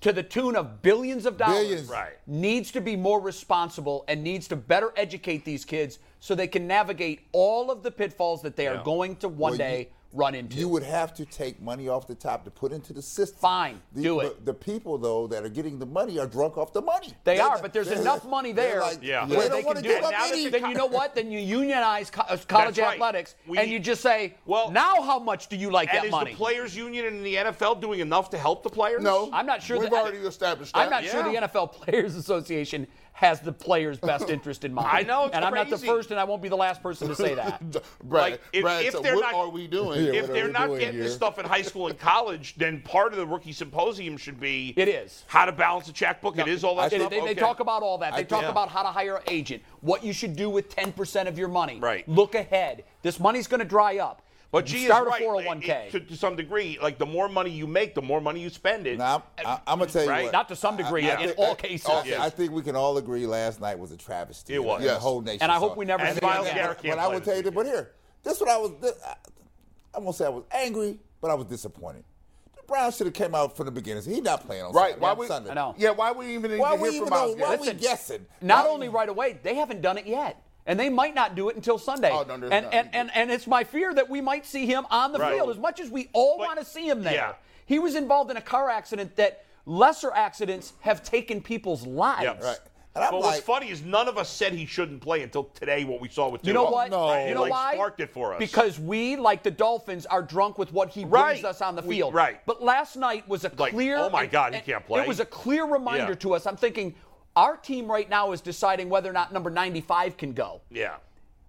Speaker 1: to the tune of billions of dollars
Speaker 5: Billions.
Speaker 2: Right.
Speaker 1: needs to be more responsible and needs to better educate these kids so they can navigate all of the pitfalls that they are
Speaker 2: Yeah.
Speaker 1: going to one
Speaker 5: Well,
Speaker 1: day
Speaker 5: you-
Speaker 1: run into.
Speaker 5: You would have to take money off the top to put into the system.
Speaker 1: Fine,
Speaker 5: the,
Speaker 1: do
Speaker 5: but
Speaker 1: it.
Speaker 5: The people though that are getting the money are drunk off the money.
Speaker 1: They
Speaker 5: They're
Speaker 1: are,
Speaker 5: not-
Speaker 1: but there's
Speaker 5: they're-
Speaker 1: enough money
Speaker 5: they're
Speaker 1: there
Speaker 5: like,
Speaker 2: Yeah.
Speaker 5: They
Speaker 2: where
Speaker 5: don't
Speaker 1: they
Speaker 5: want to
Speaker 1: can do
Speaker 5: give
Speaker 1: it.
Speaker 5: up
Speaker 2: Now that
Speaker 5: any.
Speaker 2: the
Speaker 1: then you know what? Then you unionize co- uh, college
Speaker 2: That's right.
Speaker 1: athletics,
Speaker 2: We-
Speaker 1: and you just say,
Speaker 2: Well-
Speaker 1: "Now, how much do you like
Speaker 2: and
Speaker 1: that
Speaker 2: is
Speaker 1: money?"
Speaker 2: the players' union in the NFL doing enough to help the players?
Speaker 4: No,
Speaker 1: I'm not sure
Speaker 4: We've
Speaker 1: that-
Speaker 4: already established that.
Speaker 1: I'm not sure the
Speaker 2: Yeah.
Speaker 1: NFL Players Association has the players' best interest in mind.
Speaker 2: I know, it's
Speaker 1: and I'm not the
Speaker 2: crazy.
Speaker 1: first, and I won't be the last person to say that.
Speaker 4: Brad,
Speaker 2: Like, if-
Speaker 4: Brad
Speaker 2: if
Speaker 4: said,
Speaker 2: they're
Speaker 4: what
Speaker 2: not-
Speaker 4: are we doing?
Speaker 5: Yeah,
Speaker 2: If
Speaker 5: what are
Speaker 2: they're
Speaker 5: we
Speaker 2: not
Speaker 5: doing
Speaker 2: getting this
Speaker 5: here?
Speaker 2: stuff in high school and college, then part of the rookie symposium should be
Speaker 1: It is.
Speaker 2: how to balance a checkbook. it is all that
Speaker 1: They,
Speaker 2: stuff.
Speaker 1: they- they
Speaker 2: Okay.
Speaker 1: talk about all that. They talk
Speaker 2: yeah.
Speaker 1: about how to hire an agent, what you should do with 10% of your money.
Speaker 2: Right.
Speaker 1: Look ahead. This money's going to dry up.
Speaker 2: But
Speaker 1: You
Speaker 2: G is
Speaker 1: start
Speaker 2: right.
Speaker 1: a
Speaker 2: It-
Speaker 1: 401k.
Speaker 2: to, to some degree, like the more money you make, the more money you spend. It.
Speaker 5: Now, I'm, I'm gonna tell you
Speaker 2: Right.
Speaker 5: what.
Speaker 1: Not to some degree, in
Speaker 5: think-
Speaker 1: all cases.
Speaker 5: I,
Speaker 2: Yes.
Speaker 5: I think we can all agree last night was a travesty.
Speaker 2: It was.
Speaker 5: And The
Speaker 4: Yes.
Speaker 5: whole nation.
Speaker 1: And I
Speaker 5: saw
Speaker 1: hope
Speaker 5: it.
Speaker 1: we never
Speaker 2: And
Speaker 1: see
Speaker 2: Miles
Speaker 1: that.
Speaker 2: Garrett
Speaker 5: But-
Speaker 2: can't
Speaker 5: But I
Speaker 2: play
Speaker 5: would
Speaker 2: this
Speaker 5: tell you, that- but here, this what I was. This, I, I won't say I was angry, but I was disappointed. The Browns should have came out from the beginning. He not playing on
Speaker 4: Right?
Speaker 5: Saturday,
Speaker 4: Why
Speaker 5: on
Speaker 4: we?
Speaker 5: Sunday.
Speaker 1: I know.
Speaker 4: Yeah. Why we even?
Speaker 5: Why
Speaker 4: hear
Speaker 5: we
Speaker 4: from
Speaker 5: even
Speaker 4: Miles
Speaker 5: know? Why
Speaker 4: Garrett?
Speaker 5: we guessing?
Speaker 1: Not
Speaker 5: Why-
Speaker 1: only right away, they haven't done it yet. And they might not do it until Sunday.
Speaker 4: Oh, no, there's
Speaker 1: and,
Speaker 4: not.
Speaker 1: and, and and it's my fear that we might see him on the
Speaker 2: Right.
Speaker 1: field as much as we all
Speaker 2: But-
Speaker 1: want to see him there.
Speaker 2: yeah.
Speaker 1: He was involved in a car accident that lesser accidents have taken people's lives.
Speaker 2: Yep.
Speaker 5: Right. And I'm
Speaker 2: but
Speaker 5: like,
Speaker 2: what's funny is none of us said he shouldn't play until today. What we saw with
Speaker 1: You know
Speaker 2: Tua.
Speaker 1: what?
Speaker 5: No.
Speaker 2: Right?
Speaker 1: You
Speaker 2: It,
Speaker 1: know
Speaker 2: like,
Speaker 1: why?
Speaker 2: Sparked it for us
Speaker 1: Because we, like the Dolphins, are drunk with what he brings
Speaker 2: Right.
Speaker 1: us on the
Speaker 2: We-
Speaker 1: field.
Speaker 2: right.
Speaker 1: But last night was a
Speaker 2: Like,
Speaker 1: clear.
Speaker 2: oh my God, he can't play.
Speaker 1: It was a clear reminder
Speaker 2: Yeah.
Speaker 1: to us. I'm thinking, our team right now is deciding whether or not number 95 can go.
Speaker 2: Yeah.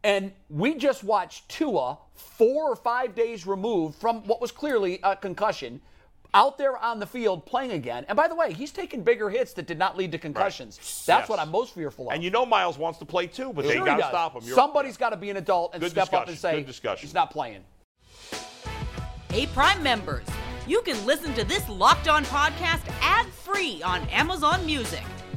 Speaker 1: And we just watched Tua, four or five days removed from what was clearly a concussion, out there on the field playing again. And by the way, he's taken bigger hits that did not lead to concussions. That's
Speaker 2: Yes.
Speaker 1: what I'm most fearful of.
Speaker 2: And you know Miles wants to play too, but they
Speaker 1: Sure he
Speaker 2: got to
Speaker 1: does.
Speaker 2: stop him. You're-
Speaker 1: Somebody's got to be an adult and
Speaker 2: Good
Speaker 1: step up and
Speaker 2: discussion.
Speaker 1: say,
Speaker 2: Good discussion.
Speaker 1: he's not playing.
Speaker 3: A Prime members, you can listen to this Locked On podcast ad free on Amazon Music.